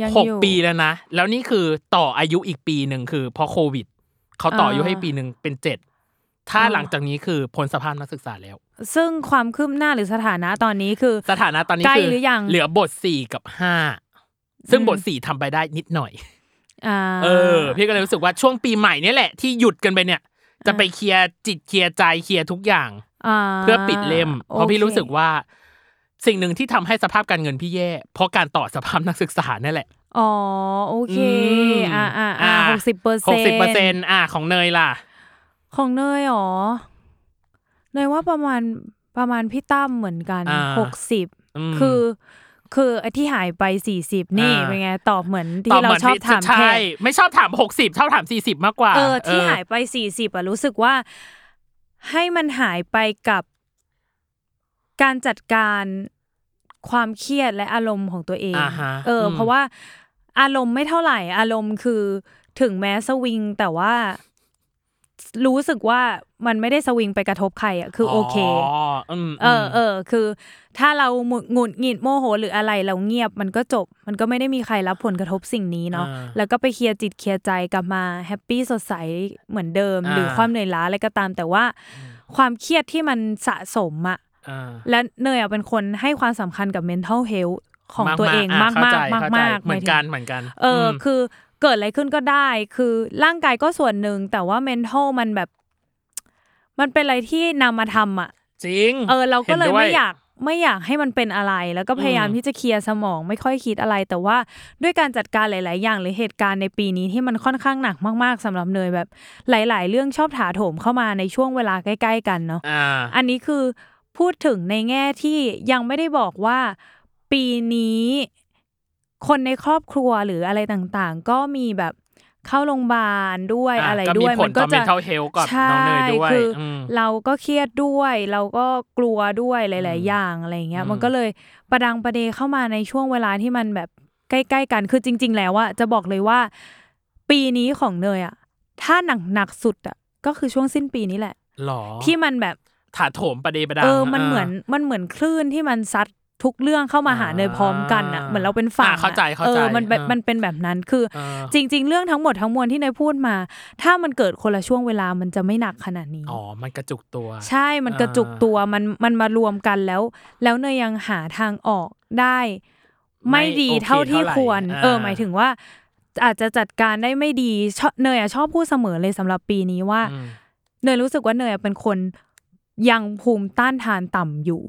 Speaker 4: ยัง
Speaker 2: หก
Speaker 4: อยู่
Speaker 2: ปีแล้วนะ แล้วนี่คือต่ออายุอีกปีหนึ่งคือเพราะโควิดเขาต่ออายุให้ปีหนึ่งเป็นเจ็ดถ้า
Speaker 4: อ่า
Speaker 2: หลังจากนี้คือพ้นสภาพนักศึกษาแล้ว
Speaker 4: ซึ่งความคืบหน้าหรือสถานะตอนนี้คือ
Speaker 2: สถานะตอนนี้
Speaker 4: ใกล้
Speaker 2: คือ
Speaker 4: หรือยัง
Speaker 2: เหลือบทสี่กับห้าซึ่ง
Speaker 4: อืม
Speaker 2: บทสี่ทำไปได้นิดหน่อย
Speaker 4: อ่า
Speaker 2: เออ พี่ก็เลยรู้สึกว่าช่วงปีใหม่เนี่ยแหละที่หยุดกันไปเนี่ย จะ
Speaker 4: อ่า
Speaker 2: ไปเคลียร์จิตเคลียร์ใจเคลียร์ทุกอย่าง
Speaker 4: า
Speaker 2: เพื่อปิดเล่ม เพราะพี่
Speaker 4: โอค
Speaker 2: รู้สึกว่า สิ่งหนึ่งที่ทำให้สภาพการเงินพี่แย่ เพราะการต่อสภาพนักศึกษาเนี่ยแหละ
Speaker 4: อ๋อโอเค
Speaker 2: ม
Speaker 4: อ่าอ่าอ่าหกสิบเปอร์เซ็น
Speaker 2: หกสิบเปอร์เซ็นอ่ะของเนยล่ะ
Speaker 4: ของเนยอ๋อเนยว่าประมาณประมาณพี่ตั้มเหมือนกัน
Speaker 2: อ่า
Speaker 4: หกสิบ
Speaker 2: ม
Speaker 4: คือ คือไอ้ที่หายไปสี่สิบนี่
Speaker 2: อ่า
Speaker 4: เป็นไงตอบเหมือน
Speaker 2: ต
Speaker 4: ที่
Speaker 2: บ
Speaker 4: เรา
Speaker 2: หน
Speaker 4: ชอบ
Speaker 2: พี่
Speaker 4: ถามแท
Speaker 2: ใช่
Speaker 4: น
Speaker 2: ไม่ชอบถามหกสิบชอบถามสี่สิบมากกว่า
Speaker 4: เออที่หายไปสี่สิบอะรู้สึกว่า ให้มันหายไปกับการจัดการความเครียดและอารมณ์ของตัวเอง
Speaker 2: อ่าฮะ
Speaker 4: เอออ
Speaker 2: ม
Speaker 4: เพราะว่าอารมณ์ไม่เท่าไหร่ อารมณ์คือถึงแม้สวิงแต่ว่า รู้สึกว่ามันไม่ได้สวิงไปกระทบใครอ่ะคืออโอเค
Speaker 2: อืม
Speaker 4: เออเออ คือ ถ้าเราหงุดหงุดหงิดโมโหหรืออะไรเราเงียบมันก็จบ มันก็ไม่ได้มีใครรับผลกระทบสิ่งนี้เนาะ
Speaker 2: อ่
Speaker 4: แล้วก็ไปเคลียร์จิตเคลียร์ใจกลับมาแฮปปี้สดใสเหมือนเดิม
Speaker 2: อ่า
Speaker 4: หรือความเหนื่อยล้าอะไรก็ตาม แต่ว่าความเครียดที่มันสะสมอะ
Speaker 2: อ่า
Speaker 4: และเนยอะเป็นคนให้ความสำคัญกับ mental health ของตัวเองมาก
Speaker 2: เข้
Speaker 4: มาก
Speaker 2: ใจ
Speaker 4: มาก
Speaker 2: เข้ใจ
Speaker 4: มาก
Speaker 2: เหมือนกันเหมือนกัน
Speaker 4: เอออ
Speaker 2: ม
Speaker 4: คือเกิดอะไรขึ้นก็ได้ คือร่างกายก็ส่วนหนึ่ง แต่ว่า mental มันแบบ มันเป็นอะไรที่นำมาทำอ่ะ
Speaker 2: จริง
Speaker 4: เออ เราก็เลย
Speaker 2: ห็นด้ว
Speaker 4: ไม่อยากไม่อยากให้มันเป็นอะไร แล้วก็พยายาม
Speaker 2: อืม
Speaker 4: ที่จะเคลียร์สมองไม่ค่อยคิดอะไร แต่ว่าด้วยการจัดการหลาย ๆ อย่างหรือเหตุการณ์ในปีนี้ที่มันค่อนข้างหนักมาก ๆสำหรับเนยแบบ หลาย ๆ เรื่องชอบถาโถมเข้ามาในช่วงเวลาใกล้ ๆ กันเนาะ
Speaker 2: อ่า
Speaker 4: อันนี้คือพูดถึงในแง่ที่ยังไม่ได้บอกว่าปีนี้ คนในครอบครัวหรืออะไรต่างๆ ก็มีแบบเข้าโรงพยาบาลด้วย
Speaker 2: อ่ะ
Speaker 4: อะไร
Speaker 2: ก็มี
Speaker 4: ด้วย
Speaker 2: ผลต่อ mental health กับน้องเนยด้วย
Speaker 4: ใช่คืออ
Speaker 2: ม
Speaker 4: เราก็เครียดด้วย เราก็กลัวด้วยหลาย
Speaker 2: อื
Speaker 4: ๆ
Speaker 2: ม
Speaker 4: อย่างอะไรอย่างเงี้ย
Speaker 2: อืม
Speaker 4: มันก็เลยประดังประเดเข้ามาในช่วงเวลาที่มันแบบใกล้ ๆ กันคือจริง ๆ แล้วอะจะบอกเลยว่า ปีนี้ของเนยอะถ้าหนักหนักๆสุดอะก็คือช่วงสิ้นปีนี้แหละ
Speaker 2: หรอ
Speaker 4: ที่มันแบบ
Speaker 2: ถาโถมประเดประดัง
Speaker 4: เออ มันเหมือน มันเหมือนคลื่นที่มันซัดทุกเรื่องเข้ามาหาเนยพร้อมกันอ่ะ
Speaker 2: อ่า
Speaker 4: เหมือนเราเป็นฝั่งอะ
Speaker 2: อ่าเข้าใจเข้าใจ
Speaker 4: ออมันแบบ
Speaker 2: อ่ามั
Speaker 4: มันเป็นแบบนั้น คืออ
Speaker 2: เออ
Speaker 4: จริง ๆ เรื่องทั้งหมดทั้งมวลที่เนยพูดมา ถ้ามันเกิดคนละช่วงเวลา มันจะไม่หนักขนาดนี้
Speaker 2: อ๋อ มันกระจุกตัว
Speaker 4: ใช่ มันกระจุกตัว มัน มันมารวมกันแล้ว แล้วเนยยังหาทางออกได้
Speaker 2: ไม่
Speaker 4: ไม่ดี
Speaker 2: โอเค
Speaker 4: เท่าที่
Speaker 2: เท่าไหร่
Speaker 4: ควร
Speaker 2: อ่า
Speaker 4: เออ หมายถึงว่า อาจจะจัดการได้ไม่ดีชอบเนยอะชอบพูดเสมอเลยสำหรับปีนี้ว่า
Speaker 2: อืม
Speaker 4: เนยรู้สึกว่าเนยเป็นคนยังภูมิต้านทานต่ำอยู่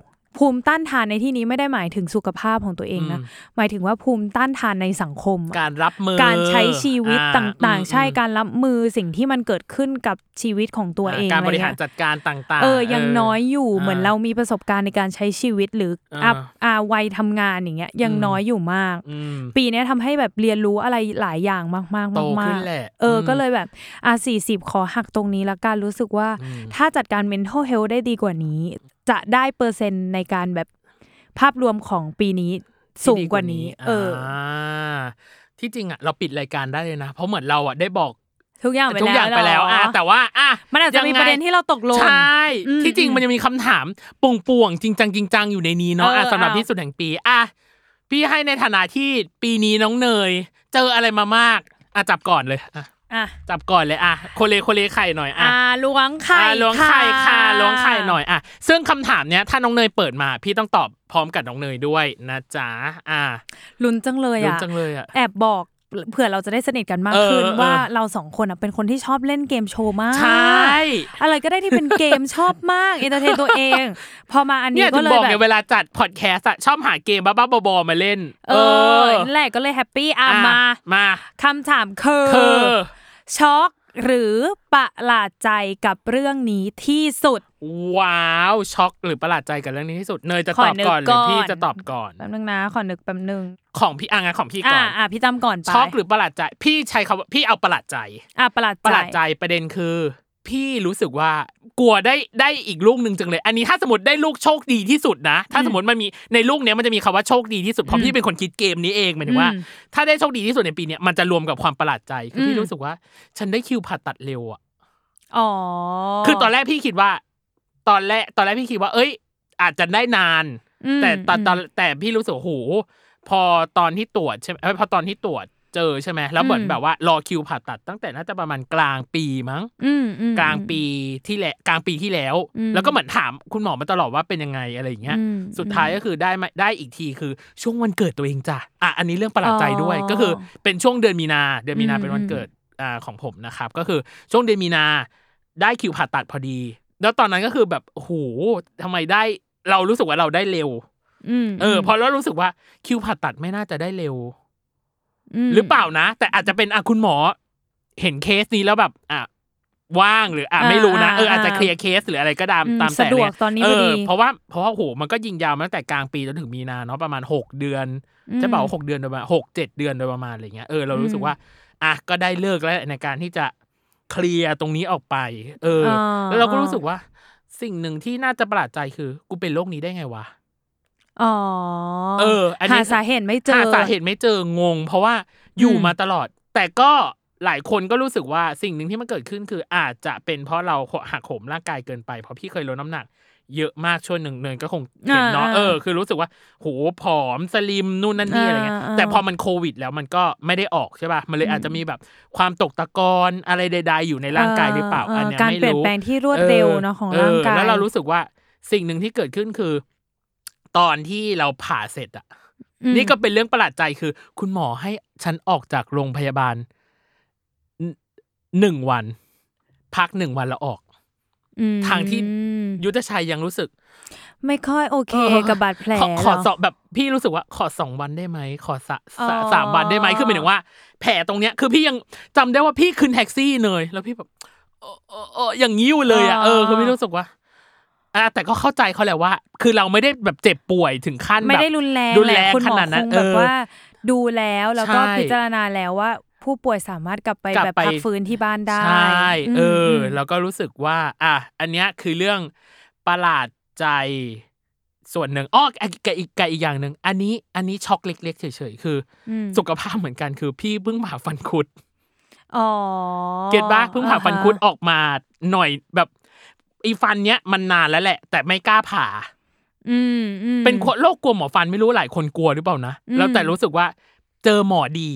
Speaker 4: ภูมิต้านทานในที่นี้ไม่ได้หมายถึงสุขภาพของตัวเองนะ
Speaker 2: อืม
Speaker 4: หมายถึงว่าภูมิต้านทานในสังคมอะ
Speaker 2: การรับมือ
Speaker 4: การใช้ชีวิต
Speaker 2: อ่
Speaker 4: ต่าง
Speaker 2: อืม
Speaker 4: ๆ ใช่
Speaker 2: อืม
Speaker 4: การรับมือสิ่งที่มันเกิดขึ้นกับชีวิตของตัวเอง
Speaker 2: ะการ
Speaker 4: อะ
Speaker 2: บ
Speaker 4: ไเงี้
Speaker 2: ริ
Speaker 4: ย
Speaker 2: หารจัดการต่างๆ
Speaker 4: เออ ยังน้อยอยู่ เหมือน
Speaker 2: อ่า
Speaker 4: เรามีประสบการณ์ในการใช้ชีวิตหรืออา อาวัยทำงานอย่างเงี้ยยัง
Speaker 2: อืม
Speaker 4: น้อยอยู่มาก
Speaker 2: อืม
Speaker 4: ปีเนี้ยทำให้แบบเรียนรู้อะไรหลายอย่างมากๆมากๆ
Speaker 2: โตขึ้นแหละ
Speaker 4: เอออ
Speaker 2: ม
Speaker 4: ก็เลยแบบอ่ะสี่สิบขอหักตรงนี้ละกันรู้สึกว่า
Speaker 2: อืม
Speaker 4: ถ้าจัดการ mental health ได้ดีกว่านี้ จะได้เปอร์เซ็นต์ในการแบบภาพรวมของปีนี้สูงกว่านี้ เอออ
Speaker 2: าที่จริงอ่ะเราปิดรายการได้เลยนะ เพราะเหมือนเราอ่ะได้บอก
Speaker 4: ทุกอย่างไป
Speaker 2: ทุกอย่างไปแล้ว
Speaker 4: เหร
Speaker 2: อ่ะแต่ว่าอ่ะ
Speaker 4: มันอาจจะมี
Speaker 2: ยังไง
Speaker 4: ประเด็นที่เราตกหลน
Speaker 2: ใช่
Speaker 4: อืม
Speaker 2: ที่จริงมันยังมีคำถามป่วงป่วงๆจริงจังจริงจังอยู่ในนี้เนาะ
Speaker 4: เอออ่ะ
Speaker 2: อ่ะสำหรับ
Speaker 4: เอา
Speaker 2: ที่สุดแห่งปีอ่ะพี่ให้ในฐานะที่ปีนี้น้องเนย เจออะไรมามากอ่ะจับก่อนเลยอ่ะ
Speaker 4: อ่ะ
Speaker 2: จับก่อนเลยอ่ะโคเลโคเลไข่หน่อยอ่ะ
Speaker 4: อ่าล้วงไข่
Speaker 2: อ่ะล้วงไข่ค่ะ
Speaker 4: ะ
Speaker 2: ล้วงไข่หน่อยอ่ะซึ่งคำถามเนี้ยถ้าน้องเนยเปิดมาพี่ต้องตอบพร้อมกับน้องเนยด้วยนะจ๊ะอ่ะ
Speaker 4: ลุ้นจังเลย
Speaker 2: ลุ้
Speaker 4: อ่ะ
Speaker 2: นจังเลยอะ
Speaker 4: แอบบอกเผื่อเราจะได้สนิทกันมาก
Speaker 2: เออ
Speaker 4: ขึ้น
Speaker 2: เออ
Speaker 4: ว่าเราสองคนอะเป็นคนที่ชอบเล่นเกมโชว์มาก
Speaker 2: ใช่
Speaker 4: อะไรก็ได้ที่เป็นเกม ชอบมากเอนเตอร์เทนตัวเอง พอมาอัน
Speaker 2: เนี่
Speaker 4: นี้
Speaker 2: ย
Speaker 4: ก็
Speaker 2: ถึง
Speaker 4: เล
Speaker 2: บ
Speaker 4: ย
Speaker 2: อก
Speaker 4: แบ
Speaker 2: ไง
Speaker 4: บ
Speaker 2: เวลาจัดพอดแคสต์อะชอบหาเกมบ้าๆบอๆมาเล่น
Speaker 4: เออนั่นแหละก็เลยแฮปปี้อ่ะ
Speaker 2: อ่ะ
Speaker 4: มา
Speaker 2: มา
Speaker 4: คำถามคือ
Speaker 2: เธอ
Speaker 4: ช็อก หรือประหลาดใจกับเรื่องนี้ที่สุด
Speaker 2: ว้าวช็อกหรือประหลาดใจกับเรื่องนี้ที่สุดเนยจะ
Speaker 4: ขอ
Speaker 2: ตอบ
Speaker 4: นึก
Speaker 2: ก่อนหรือพี่
Speaker 4: ก่อน
Speaker 2: จะตอบก่อน
Speaker 4: แป๊บนึงนะขอนึกแป๊บนึง
Speaker 2: ของพี่อ่ะงานของพี่ก่
Speaker 4: อ่า
Speaker 2: อน
Speaker 4: อ่าพี่ตั้มก่อนไป
Speaker 2: ช็อกหรือประหลาดใจ พี่ใช้คำว่าพี่เอาประหลาดใจ
Speaker 4: อ่าประหลาด
Speaker 2: ประหลาด
Speaker 4: ใจ
Speaker 2: ใจประเด็นคือ พี่รู้สึกว่ากลัวได้ได้อีกลูกหนึ่งจังเลย อันนี้ถ้าสมมติได้ลูกโชคดีที่สุดนะ ถ้าสมมติมันมีในลูกเนี้ยมันจะมีคำว่าโชคดีที่สุดเพราะพี่เป็นคนคิดเกมนี้เองหมายถึงว่า
Speaker 4: อืม
Speaker 2: ถ้าได้โชคดีที่สุดในปีเนี้ยมันจะรวมกับความประหลาดใจคือ
Speaker 4: อื
Speaker 2: พี่
Speaker 4: ม
Speaker 2: รู้สึกว่า ฉันได้คิวผ่าตัดเร็วอะ
Speaker 4: อ๋อ
Speaker 2: คือตอนแรกพี่คิดว่า ตอนแรกตอนแรกพี่คิดว่า เอ้ย อาจจะได้นาน
Speaker 4: อืม
Speaker 2: แต่ตอน
Speaker 4: อืม
Speaker 2: ตอนแต่พี่รู้สึกว่าโหพอตอนที่ตรวจใช่ไหมเอ้ยพอตอนที่ตรวจเจอใช่ไหมแล้วเหมือน
Speaker 4: อืม
Speaker 2: แบบว่ารอคิวผ่าตัดตั้งแต่น่าจะประมาณกลางปีมั้ง
Speaker 4: อืมอืม
Speaker 2: กลางปีที่แล้วกลางปีที่แล้ว
Speaker 4: อืม
Speaker 2: แล้วก็เหมือนถามคุณหมอมาตลอดว่าเป็นยังไงอะไรอย่างเงี้ย
Speaker 4: อืม
Speaker 2: สุดท้ายก็คือได้มาได้อีกทีคือช่วงวันเกิดตัวเองจ้ะอ่ะอันนี้เรื่องประหลาดใจด้วย
Speaker 4: อ๋อ
Speaker 2: ก็คือเป็นช่วงเดือนมีนาเดือนมีนา
Speaker 4: อืม
Speaker 2: เป็นวันเกิดอ่าของผมนะครับก็คือช่วงเดือนมีนาได้คิวผ่าตัดพอดี แล้วตอนนั้นก็คือแบบโอ้โหทำไมได้เรารู้สึกว่าเราได้เร็ว
Speaker 4: ม
Speaker 2: เอออพอแล้วรู้สึกว่าคิวผ่าตัดไม่น่าจะได้เร็ว
Speaker 4: ม
Speaker 2: หรือเปล่านะ แต่อาจจะเป็นอ่ะคุณหมอ เห็นเคสนี้แล้วแบบอ่ะว่างหรืออ่ะ
Speaker 4: อ่า
Speaker 2: ไม่รู้นะเอออาจจะ
Speaker 4: อ่า
Speaker 2: เคลียร์เคสหรืออะไรก็ตาม
Speaker 4: อืม
Speaker 2: ตามแต่
Speaker 4: สะดวก
Speaker 2: เย
Speaker 4: ตอนนี้
Speaker 2: เอ
Speaker 4: พอดี
Speaker 2: อเพราะว่าเพราะว่าโหมันก็ยิงยาวมาตั้งแต่กลางปีจนถึงมีนาเนาะประมาณหกเดือน จะบอกว่าหกเดือนโดยประมาณหกเจ็ดเดือนโดยประมาณอะไรเงี้ยเออเรารู้สึกว่าอ่ะก็ได้เลิกแล้วในการที่จะเคลียร์ตรงนี้ออกไป เอออา แล้วเราก็รู้สึกว่า สิ่งหนึ่งที่น่าจะประหลาดใจคือ กูเป็นโรคนี้ได้ไงวะ
Speaker 4: อ๋อ
Speaker 2: เอออันนี้
Speaker 4: หาสาเหตุไม่เจอ
Speaker 2: หาสาเหตุไม่เจองง เพราะว่าอยู่
Speaker 4: อืม
Speaker 2: มาตลอด แต่ก็หลายคนก็รู้สึกว่าสิ่งหนึ่งที่มันเกิดขึ้นคืออาจจะเป็นเพราะเราหักโหมร่างกายเกินไป เพราะพี่เคยลดน้ำหนัก เยอะมากช่วงหนึ่งเนินก็คงเห็นเนาะเออคือรู้สึกว่าโหผอมสลิมนู่นนั่นนี่อะไรเงี้ยแต่พอมันโควิด แล้วมันก็ไม่ได้ออกใช่ป่ะมันเลยอาจจะมีแบบความตกตะกอนอะไรใด ๆ อยู่ในร่างกายหรือเปล่าอันเนี้ย
Speaker 4: การ
Speaker 2: ไม่
Speaker 4: เปลี่ยน
Speaker 2: รู้
Speaker 4: แปลงที่รวดเร็วเนาะของร่างกาย
Speaker 2: เออแล้วเรารู้สึกว่าสิ่งหนึ่งที่เกิดขึ้นคือ ตอนที่เราผ่าเสร็จอะ
Speaker 4: อืม
Speaker 2: นี่ก็เป็นเรื่องประหลาดใจคือ คุณหมอให้ฉันออกจากโรงพยาบาลหนึ่งหนึ่งวัน พักหนึ่งวันแล้วออก
Speaker 4: อืม
Speaker 2: ทางที่ ยุทธชัยยังรู้สึก
Speaker 4: ไม่ค่อยโอเคกับบาดแผล
Speaker 2: ขอขอ
Speaker 4: หร
Speaker 2: สอบแบบพี่รู้สึกว่าขอสองวันได้ไหมขอสะสะ
Speaker 4: อ๋อ
Speaker 2: สามวันได้ไหมคือหมายถึงว่า แผลตรงเนี้ย คือพี่ยังจำได้ว่าพี่ขึ้นแท็กซี่เลย แล้วพี่แบบเออเออเอออย่างนี้อยู่เลยอ่ะเออคือพี่รู้สึกว่าอ่ะแต่ก็เข้าใจเขาแหละว่า คือเราไม่ได้แบบเจ็บป่วยถึงขั้นแบบ
Speaker 4: ไม่ได้รุนแรง
Speaker 2: รุนแรง
Speaker 4: หละคุณห
Speaker 2: ข
Speaker 4: มอ
Speaker 2: นาด
Speaker 4: ค
Speaker 2: นั้น
Speaker 4: ง
Speaker 2: เอ
Speaker 4: แบบ
Speaker 2: อ
Speaker 4: ว่าดูแล้วแล้วก็
Speaker 2: ใช่
Speaker 4: พิจารณาแล้วว่า ผู้ป่วยสามารถกลับไป
Speaker 2: กลับ
Speaker 4: แบบ
Speaker 2: ไป
Speaker 4: พักฟื้นที่บ้านได้
Speaker 2: ใช่เอออ
Speaker 4: ม
Speaker 2: แล้วก็รู้สึกว่า อ่ะอันเนี้ยคือเรื่องประหลาดใจส่วนหนึ่งอ้อกับอีกกับอีกอย่างหนึ่งอันนี้อันนี้ช็อกเล็ก ๆ เฉยๆคืออ
Speaker 4: ม
Speaker 2: สุขภาพเหมือนกันคือพี่เพิ่งผ่าฟันคุด
Speaker 4: อ๋อ
Speaker 2: เก็ตบ้าเพิ่งผ่า
Speaker 4: อ่ฮะ
Speaker 2: ฟันคุดออกมาหน่อยแบบอีฟันเนี้ยมันนานแล้วแหละ แต่ไม่กล้าผ่า
Speaker 4: อืมอืม
Speaker 2: เป็นคนโรคกลัวหมอฟันไม่รู้หลายคนกลัวหรือเปล่านะ
Speaker 4: อืม
Speaker 2: แล้วแต่รู้สึกว่าเจอหมอดี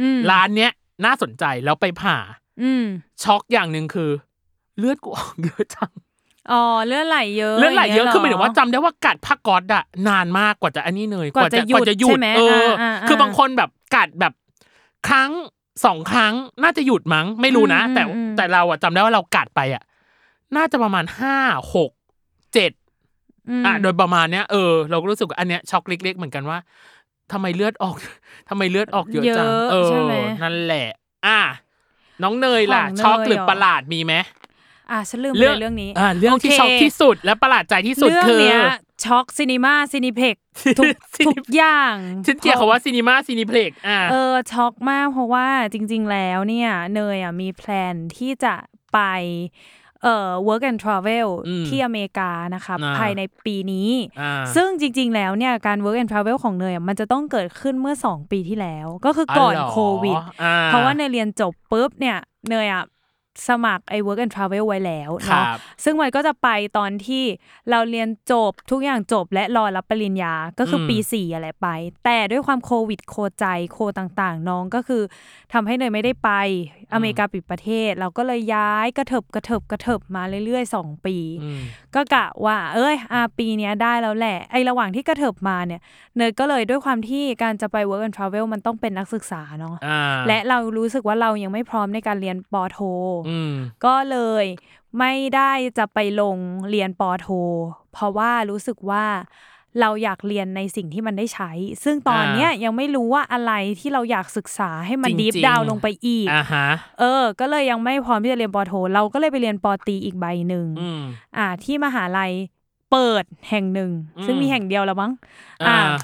Speaker 4: อืม
Speaker 2: ร้านเนี้ยน่าสนใจแล้วไปผ่า
Speaker 4: อืม
Speaker 2: ช็อกอย่างหนึ่งคือ เลือดกูออกเยอะจัง
Speaker 4: อ๋อเลือดไหลเยอะ
Speaker 2: เลือดไหลเยอะ
Speaker 4: างงี้
Speaker 2: คือหมายถึงว่า
Speaker 4: เร
Speaker 2: จำได้ว่ากัดผ้าก๊อตอะนานมากกว่าจะอันนี้เลย
Speaker 4: กว่าจะหยุดใช่ไหม
Speaker 2: เอออา
Speaker 4: ๆๆ
Speaker 2: คือบางคนแบบกัดแบบครั้งสองครั้งน่าจะหยุดมั้ง ไม่รู้นะ
Speaker 4: อืม
Speaker 2: แต่
Speaker 4: อืม
Speaker 2: แต่เราอะจำได้ว่าเรากัดไปอะน่าจะประมาณห้าหกเจ็ด
Speaker 4: ม
Speaker 2: อ่ะโดยประมาณเนี้ยเออเราก็รู้สึกว่าอันเนี้ยช็อกเล็กๆเหมือนกันว่าทำไมเลือดออก ทำไมเลือดออกเยอะจัง
Speaker 4: เยอะ
Speaker 2: เออ
Speaker 4: ใช่ไหม
Speaker 2: นั่นแหละ อ่ะน้องเนยล่ะ
Speaker 4: ของเนย
Speaker 2: ช็อกหรือ
Speaker 4: เหรอ
Speaker 2: ประหลาดมีไหม
Speaker 4: อ่ะฉันลืมไปเลยเรื่องนี้
Speaker 2: อ่ะเรื่องที่
Speaker 4: โค
Speaker 2: ช็อกที่สุดและประหลาดใจที่สุด
Speaker 4: เรื่อง
Speaker 2: คือ
Speaker 4: เนี้ยช็อกซินิมาซินิเพกทุก
Speaker 2: ซินิ
Speaker 4: ทุกอย่าง
Speaker 2: ฉันเกลียด
Speaker 4: พระ
Speaker 2: คำว่าซีนีมาซีนิเพล็กอ่ะ
Speaker 4: เออช็อกมากเพราะว่าจริง ๆ แล้วเนี่ยเนยอ่ะมีแพลนที่จะไปเอ่อ work and travel
Speaker 2: อืม
Speaker 4: ที่อเมริกานะคะ
Speaker 2: อ่า
Speaker 4: ภายในปีนี้
Speaker 2: อ่า
Speaker 4: ซึ่งจริง ๆ แล้วเนี่ยการ work and travel ของเนยอ่ะมันจะต้องเกิดขึ้นเมื่อ 2 ปีที่แล้ว ก็คือก่อน
Speaker 2: อ๋อเหรอ
Speaker 4: โควิด
Speaker 2: อ่า
Speaker 4: เพราะว่าเนยเรียนจบปุ๊บเนี่ยเนยอ่ะสมัครไอ้ work and travel ไว้แล้ว
Speaker 2: ครั
Speaker 4: เนาะ
Speaker 2: บ
Speaker 4: ซึ่งมันก็จะไปตอนที่เราเรียนจบทุกอย่างจบและรอรับปริญญาก็คืออ
Speaker 2: ม
Speaker 4: ปี4อะไรไป แต่ด้วยความโควิดโคใจโคต่างๆ น้องก็คือทำให้เนยไม่ได้ไปอเมริกาปิดประเทศ เราก็เลยย้ายกระเถิบกระเถิบกระเถิบมาเรื่อยๆ 2 ปี
Speaker 2: อืม
Speaker 4: ก็กะว่า เอ้ยอาปีเนี้ยได้แล้วแหละ ไอระหว่างที่กระเถิบมาเนี่ยเนยก็เลยด้วยความที่การจะไป work and travel มันต้องเป็นนักศึกษาเนาะ
Speaker 2: อ่า
Speaker 4: และเรารู้สึกว่าเรายังไม่พร้อมในการเรียนปอโท
Speaker 2: อืม
Speaker 4: ก็เลยไม่ได้จะไปลงเรียนปอโท เพราะว่ารู้สึกว่า เราอยากเรียนในสิ่งที่มันได้ใช้ ซึ่งตอนเนี้ยยังไม่รู้ว่าอะไรที่เราอยากศึกษาให้มัน
Speaker 2: จริ
Speaker 4: ดี
Speaker 2: งๆ
Speaker 4: ฟดาวลงไปอีก
Speaker 2: อ่าฮะ
Speaker 4: เออ ก็เลยยังไม่พร้อมที่จะเรียนปอโท เราก็เลยไปเรียนปอตรีอีกใบหนึ่ง
Speaker 2: อืม
Speaker 4: อ่า ที่มหาลัยเปิดแห่งหนึ่ง
Speaker 2: อืม
Speaker 4: ซึ่งมีแห่งเดียวแล้วมั้ง
Speaker 2: อ่า
Speaker 4: อ่า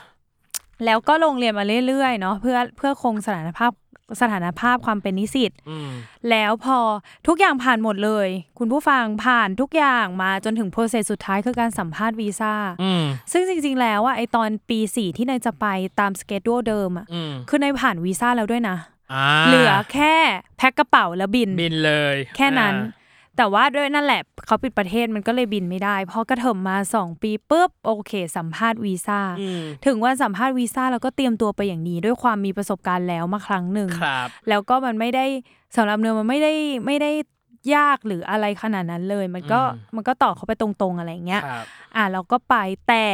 Speaker 4: แล้วก็ลงเรียนมาเรื่อยๆเนาะเพื่อเพื่อคงสถานภาพสถานภาพความเป็นนิสิต
Speaker 2: อืม
Speaker 4: แล้วพอทุกอย่างผ่านหมดเลย คุณผู้ฟังผ่านทุกอย่างมาจนถึงโปรเซสสุดท้ายคือการสัมภาษณ์วีซ่า
Speaker 2: อืม
Speaker 4: ซึ่งจริงๆ แล้วอะไอตอนปี 4 ที่นายจะไปตามสเกจดูเดิมอะ
Speaker 2: อืม
Speaker 4: คือนายผ่านวีซ่าแล้วด้วยนะ
Speaker 2: อ่า
Speaker 4: เหลือแค่แพ็คกระเป๋าแล้วบิน
Speaker 2: บินเลย
Speaker 4: แค่นั้น
Speaker 2: อ่า
Speaker 4: แต่ว่าด้วยนั่นแหละเขาปิดประเทศมันก็เลยบินไม่ได้ พอกระเถิมมา 2 ปีปุ๊บโอเค สัมภาษณ์วีซ่า
Speaker 2: อืม
Speaker 4: ถึงวันสัมภาษณ์วีซ่าเราก็เตรียมตัวไปอย่างดีด้วยความมีประสบการณ์แล้วมาครั้งหนึ่ง
Speaker 2: ครับ
Speaker 4: แล้วก็มันไม่ได้สำหรับเนื้อมันไม่ได้ไม่ได้ยากหรืออะไรขนาดนั้นเลย มันก็
Speaker 2: อืม
Speaker 4: มันก็ต่อบเขาไปตรงๆอะไรอย่างเงี้ย
Speaker 2: ครับ
Speaker 4: อ่ะเราก็ไปแต่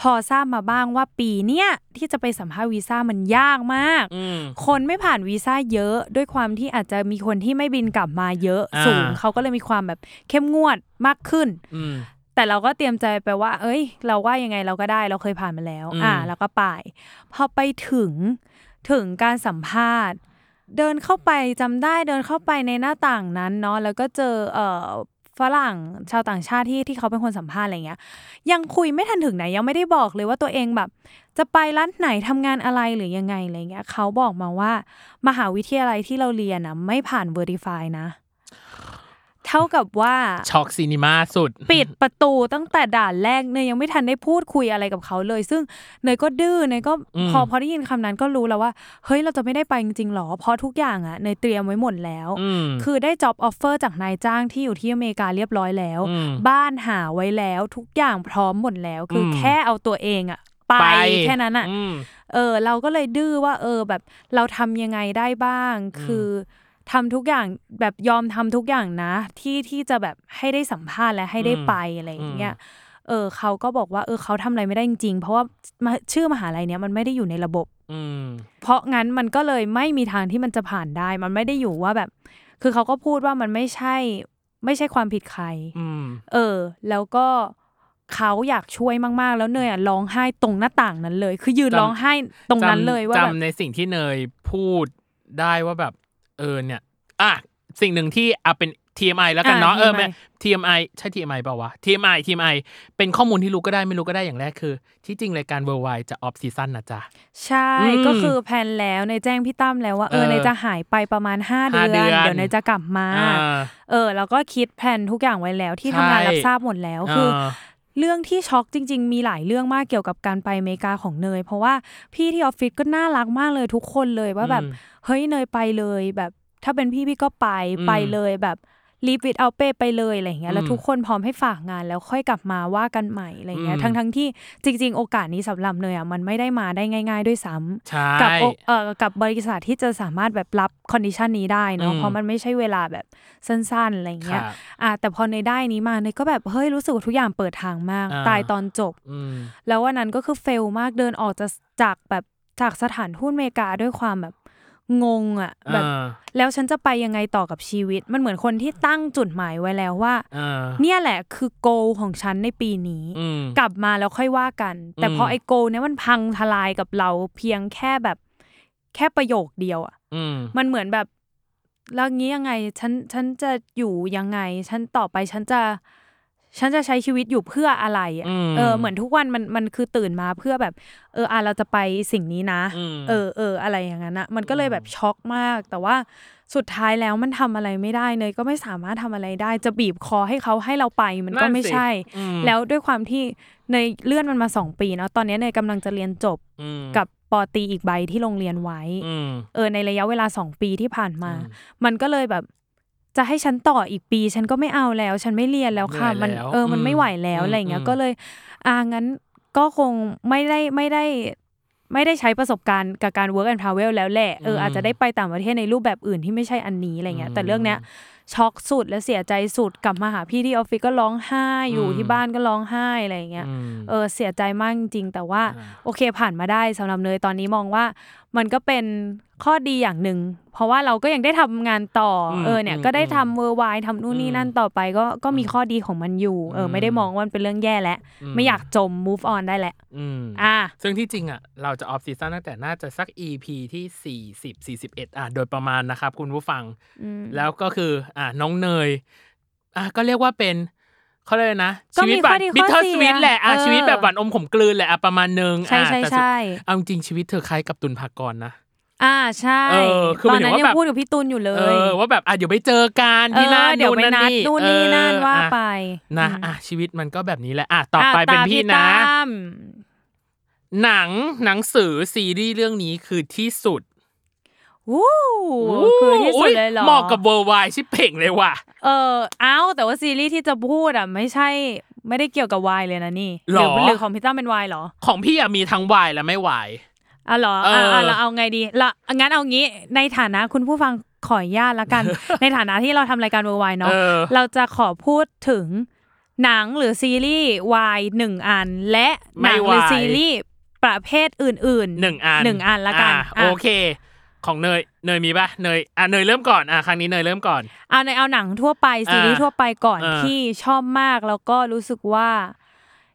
Speaker 4: พอทราบมาบ้างว่าปีเนี้ยที่จะไปสัมภาษณ์วีซ่ามันยากมาก
Speaker 2: อืม
Speaker 4: คนไม่ผ่านวีซ่าเยอะ ด้วยความที่อาจจะมีคนที่ไม่บินกลับมาเยอะ
Speaker 2: อ่า
Speaker 4: สูงเขาก็เลยมีความแบบเข้มงวดมากขึ้น
Speaker 2: อืม
Speaker 4: แต่เราก็เตรียมใจไปว่า เอ้ย เราว่ายังไงเราก็ได้เราเคยผ่านมาแล้ว
Speaker 2: อืม
Speaker 4: อ่าเราก็ไปพอไปถึงถึงการสัมภาษณ์ เดินเข้าไปจำได้เดินเข้าไปในหน้าต่างนั้นเนาะแล้วก็เจอเอ่อฝรั่งชาวต่างชาติที่ที่เขาเป็นคนสัมภาษณ์อะไรเงี้ย ยังคุยไม่ทันถึงไหนยังไม่ได้บอกเลยว่าตัวเองแบบ จะไปร้านไหนทำงานอะไรหรือยังไงอะไรเงี้ยเขาบอกมาว่า มหาวิทยาลัยที่เราเรียนอ่ะไม่ผ่าน Verify นะ เท่ากับว่า
Speaker 2: ช็อกซีนิมาสุด
Speaker 4: ปิดประตูตั้งแต่ด่านแรกเนยยังไม่ทันได้พูดคุยอะไรกับเขาเลย ซึ่งเนยก็ดื้อเนยก็
Speaker 2: อืม
Speaker 4: พอพอได้ยินคำนั้นก็รู้แล้วว่า เฮ้ยเราจะไม่ได้ไปจริงๆหรอ เพราะทุกอย่างอะเนยเตรียมไว้หมดแล้ว
Speaker 2: อืม
Speaker 4: คือได้ job offer จากนายจ้างที่อยู่ที่อเมริกาเรียบร้อยแล้ว
Speaker 2: อืม
Speaker 4: บ้านหาไว้แล้วทุกอย่างพร้อมหมดแล้ว คืออ
Speaker 2: ม
Speaker 4: แค่เอาตัวเองอะไปแค่นั้นอะ
Speaker 2: ม
Speaker 4: เออเราก็เลยดื้อว่าเออแบบเราทำยังไงได้บ้าง คือทำทุกอย่างแบบยอมทำทุกอย่างนะ ที่ที่จะแบบให้ได้สัมภาษณ์และให้ได้
Speaker 2: อืม
Speaker 4: ไปอะไรอย่างเงี้ยเออเขาก็บอกว่าเออเขาทำอะไรไม่ได้จริงๆ เพราะว่ามาชื่อมหาลัยเนี้ยมันไม่ได้อยู่ในระบบ
Speaker 2: อืม
Speaker 4: เพราะงั้นมันก็เลยไม่มีทางที่มันจะผ่านได้ มันไม่ได้อยู่ว่าแบบ คือเขาก็พูดว่ามันไม่ใช่ไม่ใช่ความผิดใคร
Speaker 2: อืม
Speaker 4: เออ แล้วก็เขาอยากช่วยมากๆ แล้วเนยอ่ะร้องไห้ตรงหน้าต่างนั้นเลย คือยืน
Speaker 2: จำ
Speaker 4: ร้องไห้ตรงนั้นเลยว่า
Speaker 2: จำ
Speaker 4: แบบ
Speaker 2: จำในสิ่งที่เนยพูดได้ว่าแบบ เออเนี่ย อ่ะ สิ่งหนึ่งที่อ่ะเป็น TMI แล้วกันเนาะ
Speaker 4: อ่ะ
Speaker 2: เออ
Speaker 4: TMI
Speaker 2: ไม่ TMI ใช่ TMI เปล่าวะ TMI TMI เป็นข้อมูลที่รู้ก็ได้ไม่รู้ก็ได้อย่างแรกคือ ที่จริงรายการ Worldwide จะออฟซีซั่นนะจ๊ะ
Speaker 4: ใช่
Speaker 2: อืม
Speaker 4: ก็คือแพลนแล้วในแจ้งพี่ตั้มแล้วว่าเออ
Speaker 2: เออ
Speaker 4: ในจะหายไปประมาณ 5 เดื
Speaker 2: ห้า
Speaker 4: อน
Speaker 2: เดือน
Speaker 4: เดี๋ยวในจะกลับมา
Speaker 2: อ่า
Speaker 4: เออ แล้วก็คิดแผนทุกอย่างไว้แล้วที่
Speaker 2: ใช่
Speaker 4: ทำงานรับทราบหมดแล้วคืออา เรื่องที่ช็อกจริง ๆ มีหลายเรื่องมากเกี่ยวกับการไปอเมริกาของเนย เพราะว่าพี่ที่ออฟฟิศก็น่ารักมากเลยทุกคนเลยว่าแบบ
Speaker 2: อืม
Speaker 4: เฮ้ยเนยไปเลยแบบถ้าเป็นพี่พี่ก็ไป
Speaker 2: อืม
Speaker 4: ไปเลยแบบรีบวิดเอาเป้ไปเลยอะไรอย่างเงี้ยแล้ว
Speaker 2: อืม
Speaker 4: ทุกคนพร้อมให้ฝากงานแล้วค่อยกลับมาว่ากันใหม่อะไรเงี้ย
Speaker 2: อืม
Speaker 4: ทั้งทั้งๆที่จริง ๆ โอกาสนี้สำหรับเนยอ่ะมันไม่ได้มาได้ง่าย ๆ ด้วยซ้ำ
Speaker 2: ใช่
Speaker 4: กัโอเอ่อกับบริษัทที่จะสามารถแบบรับคอนดิชันนี้ได้เนาะ
Speaker 2: อืม
Speaker 4: เพราะมันไม่ใช่เวลาแบบสั้นๆอะไร
Speaker 2: ค
Speaker 4: เงี้
Speaker 2: รั
Speaker 4: ย
Speaker 2: บ
Speaker 4: อ่ะแต่พอเนยได้นี้มาเนยก็แบบเฮ้ยรู้สึกว่าทุกอย่างเปิดทางมาก
Speaker 2: อ่า
Speaker 4: ตายตอนจบ
Speaker 2: อืม
Speaker 4: แล้ววันนั้นก็คือเฟลมากเดินออกจากจากแบบจากสถานทูตอเมริกาด้วยความแบบงงอะ่ะแบบ
Speaker 2: อ่า
Speaker 4: แล้วฉันจะไปยังไงต่อกับชีวิต มันเหมือนคนที่ตั้งจุดหมายไว้แล้วว่า
Speaker 2: อ่า
Speaker 4: เนี่ยแหละคือโกของฉันในปีนี้
Speaker 2: อืม
Speaker 4: กลับมาแล้วค่อยว่ากัน แต่
Speaker 2: อืม
Speaker 4: พอไอโกเนี่ยมันพังทลายกับเราเพียงแค่แบบแค่ประโยคเดียวอ่ะ
Speaker 2: อืม
Speaker 4: มันเหมือนแบบแล้วงี้ยังไง ฉันฉันจะอยู่ยังไง ฉันต่อไปฉันจะ ฉันจะใช้ชีวิตอยู่เพื่ออะไรอะ
Speaker 2: อืม
Speaker 4: เออ เหมือนทุกวันมันมันคือตื่นมาเพื่อแบบ เอออ่ะเราจะไปสิ่งนี้นะ
Speaker 2: อืม
Speaker 4: เออเอออะไรอย่างนั้นนะมันก็เลยแบบช็อกมาก แต่ว่าสุดท้ายแล้วมันทำอะไรไม่ได้เนยก็ไม่สามารถทำอะไรได้ จะบีบคอให้เขาให้เราไปมันก็
Speaker 2: นั่นสิ
Speaker 4: ไม่ใช่
Speaker 2: อืม
Speaker 4: แล้วด้วยความที่เนยเลื่อนมันมาสองปีเนาะตอนนี้เนยกำลังจะเรียนจบ
Speaker 2: อืม
Speaker 4: กับปอตรีอีกใบที่โรงเรียนไว้
Speaker 2: อืม
Speaker 4: เออในระยะเวลาสองปีที่ผ่านมา มันก็เลยแบบจะให้ฉันต่ออีกปี ฉันก็ไม่เอาแล้ว ฉันไม่เรียนแล้วค่ะ
Speaker 2: เหนื่
Speaker 4: มั
Speaker 2: อน ยแล้ว
Speaker 4: เออมัน
Speaker 2: อืม
Speaker 4: ไม่ไหวแล้ว
Speaker 2: อืม
Speaker 4: อะไรอย่างเงี้ย
Speaker 2: อืม
Speaker 4: ก็เลยอ่างั้นก็คงไม่ได้ไม่ได้ ไม่ได้ใช้ประสบการณ์กับการ work and travel แล้วแหละเอออาจจะได้ไปต่างประเทศในรูปแบบอื่นที่ไม่ใช่อันนี้อะไรเงี้ยแต่เรื่องเนี้ย ช็อกสุดและเสียใจสุดกลับมาหาพี่ที่ออฟฟิศก็ร้องไห้อยู่
Speaker 2: อืม
Speaker 4: ที่บ้านก็ร้องไห้อะไรอย่างเงี้ย
Speaker 2: อืม
Speaker 4: เออเสียใจมากจริงๆแต่ว่า
Speaker 2: อ่า
Speaker 4: โอเคผ่านมาได้สำหรับเนยตอนนี้มองว่า มันก็เป็นข้อดีอย่างหนึ่ง เพราะว่าเราก็ยังได้ทำงานต่ออ
Speaker 2: ม
Speaker 4: เออเนี่ย
Speaker 2: อืม
Speaker 4: ก็ได้
Speaker 2: อืม
Speaker 4: ทำเวอร์วายทำนู่นนี่นั่นต่อไปก็ก็มีข้อดีของมันอยู่เอออ
Speaker 2: ม
Speaker 4: ไม่ได้มองว่ามันเป็นเรื่องแย่แล้วไม่อยากจม move on ได้แหละ
Speaker 2: อืม
Speaker 4: อ่ะ
Speaker 2: ซึ่งที่จริงอ่ะเราจะออฟซีซั่นตั้งแต่น่าจะสัก EP ที่ 40 41 อ่ะโดยประมาณนะครับคุณผู้ฟัง
Speaker 4: อืม
Speaker 2: แล้วก็คือ อ่ะน้องเนย อ่ะก็เรียกว่าเป็นเขาเลยกอะไรนะ
Speaker 4: ก็
Speaker 2: ชี
Speaker 4: มี
Speaker 2: วิตแบบ
Speaker 4: ข้อดี
Speaker 2: บิทเทอ
Speaker 4: ข้อ
Speaker 2: ร์
Speaker 4: เสีย
Speaker 2: สวิตแหละอ่ะ
Speaker 4: เออ
Speaker 2: ชีวิตแบบหวานอมขมกลืนแหละอ่ะประมาณนึง
Speaker 4: ใช่
Speaker 2: อ่ะ
Speaker 4: ใช่
Speaker 2: แต่สุด
Speaker 4: ใช่
Speaker 2: เอาจริงๆชีวิตเธอคล้ายกับตุลภากรนะ
Speaker 4: อ่าใช่
Speaker 2: เออคือ
Speaker 4: ต
Speaker 2: ห
Speaker 4: อ
Speaker 2: มาน ยถึง
Speaker 4: นั้น
Speaker 2: ว่า
Speaker 4: ยั
Speaker 2: แบ
Speaker 4: ง
Speaker 2: บ
Speaker 4: พูดกับพี่ตุลอยู่เล
Speaker 2: เอย อว่าแบบอ่ะเดี๋ยวไปเจอกันที่นั่น
Speaker 4: เออเดี๋ยวไปนัดนู่นนี่นั่น
Speaker 2: เออ
Speaker 4: ว่า
Speaker 2: อ่ะ
Speaker 4: ไป
Speaker 2: นะ
Speaker 4: อืม
Speaker 2: อ่ะชีวิตมันก็แบบนี้แหละอ่ะต่อไปเป็น
Speaker 4: ตา
Speaker 2: พี่นะ
Speaker 4: ตั้ม
Speaker 2: หนังหนังสือซีรีส์เรื่องนี้คือที่สุด
Speaker 4: วู้คือที่สุดเลยเหรอ
Speaker 2: เหมาะกับเวอร์ไวชิบเพ่งเลยว่ะ
Speaker 4: เออเอาแต่ว่าซีรีส์ที่จะพูดอ่ะไม่ใช่ไม่ได้เกี่ยวกับวายเลยนะนี่
Speaker 2: หรอ
Speaker 4: หรือของพี่ตั้มเป็นวายเหรอ
Speaker 2: ของพี่อะมีทั้งวายและไม่วาย
Speaker 4: อ่ะเหรอ
Speaker 2: เอออ่
Speaker 4: อ่ะอ่ะเราเอาไงดีละงั้นเอางี้ในฐานะคุณผู้ฟังขออนุญาตละ กัน ในฐานะที่เราทำรายการเวอร์ไวาย
Speaker 2: เอ
Speaker 4: เนาะ
Speaker 2: อ
Speaker 4: เราจะขอพูดถึงหนังหรือซีรีส์วายหนึ่งอัน และหนัง
Speaker 2: ไม่
Speaker 4: หรือ
Speaker 2: วาย
Speaker 4: ซีรีส์ประเภทอื่นๆ
Speaker 2: หนึ่งอัน
Speaker 4: หนึ่งอันละกัน
Speaker 2: อ่
Speaker 4: อ่ะ
Speaker 2: โอเค ของเนยเนยมีปะเนยอ่ะเนยเริ่มก่อนอ่ะครั้งนี้เนยเริ่มก่อน
Speaker 4: เอาในเอาหนังทั่วไปซีรีส์
Speaker 2: อ่ะ
Speaker 4: ทั่วไปก่อน
Speaker 2: อ่ะ
Speaker 4: ที่ชอบมากแล้วก็รู้สึกว่า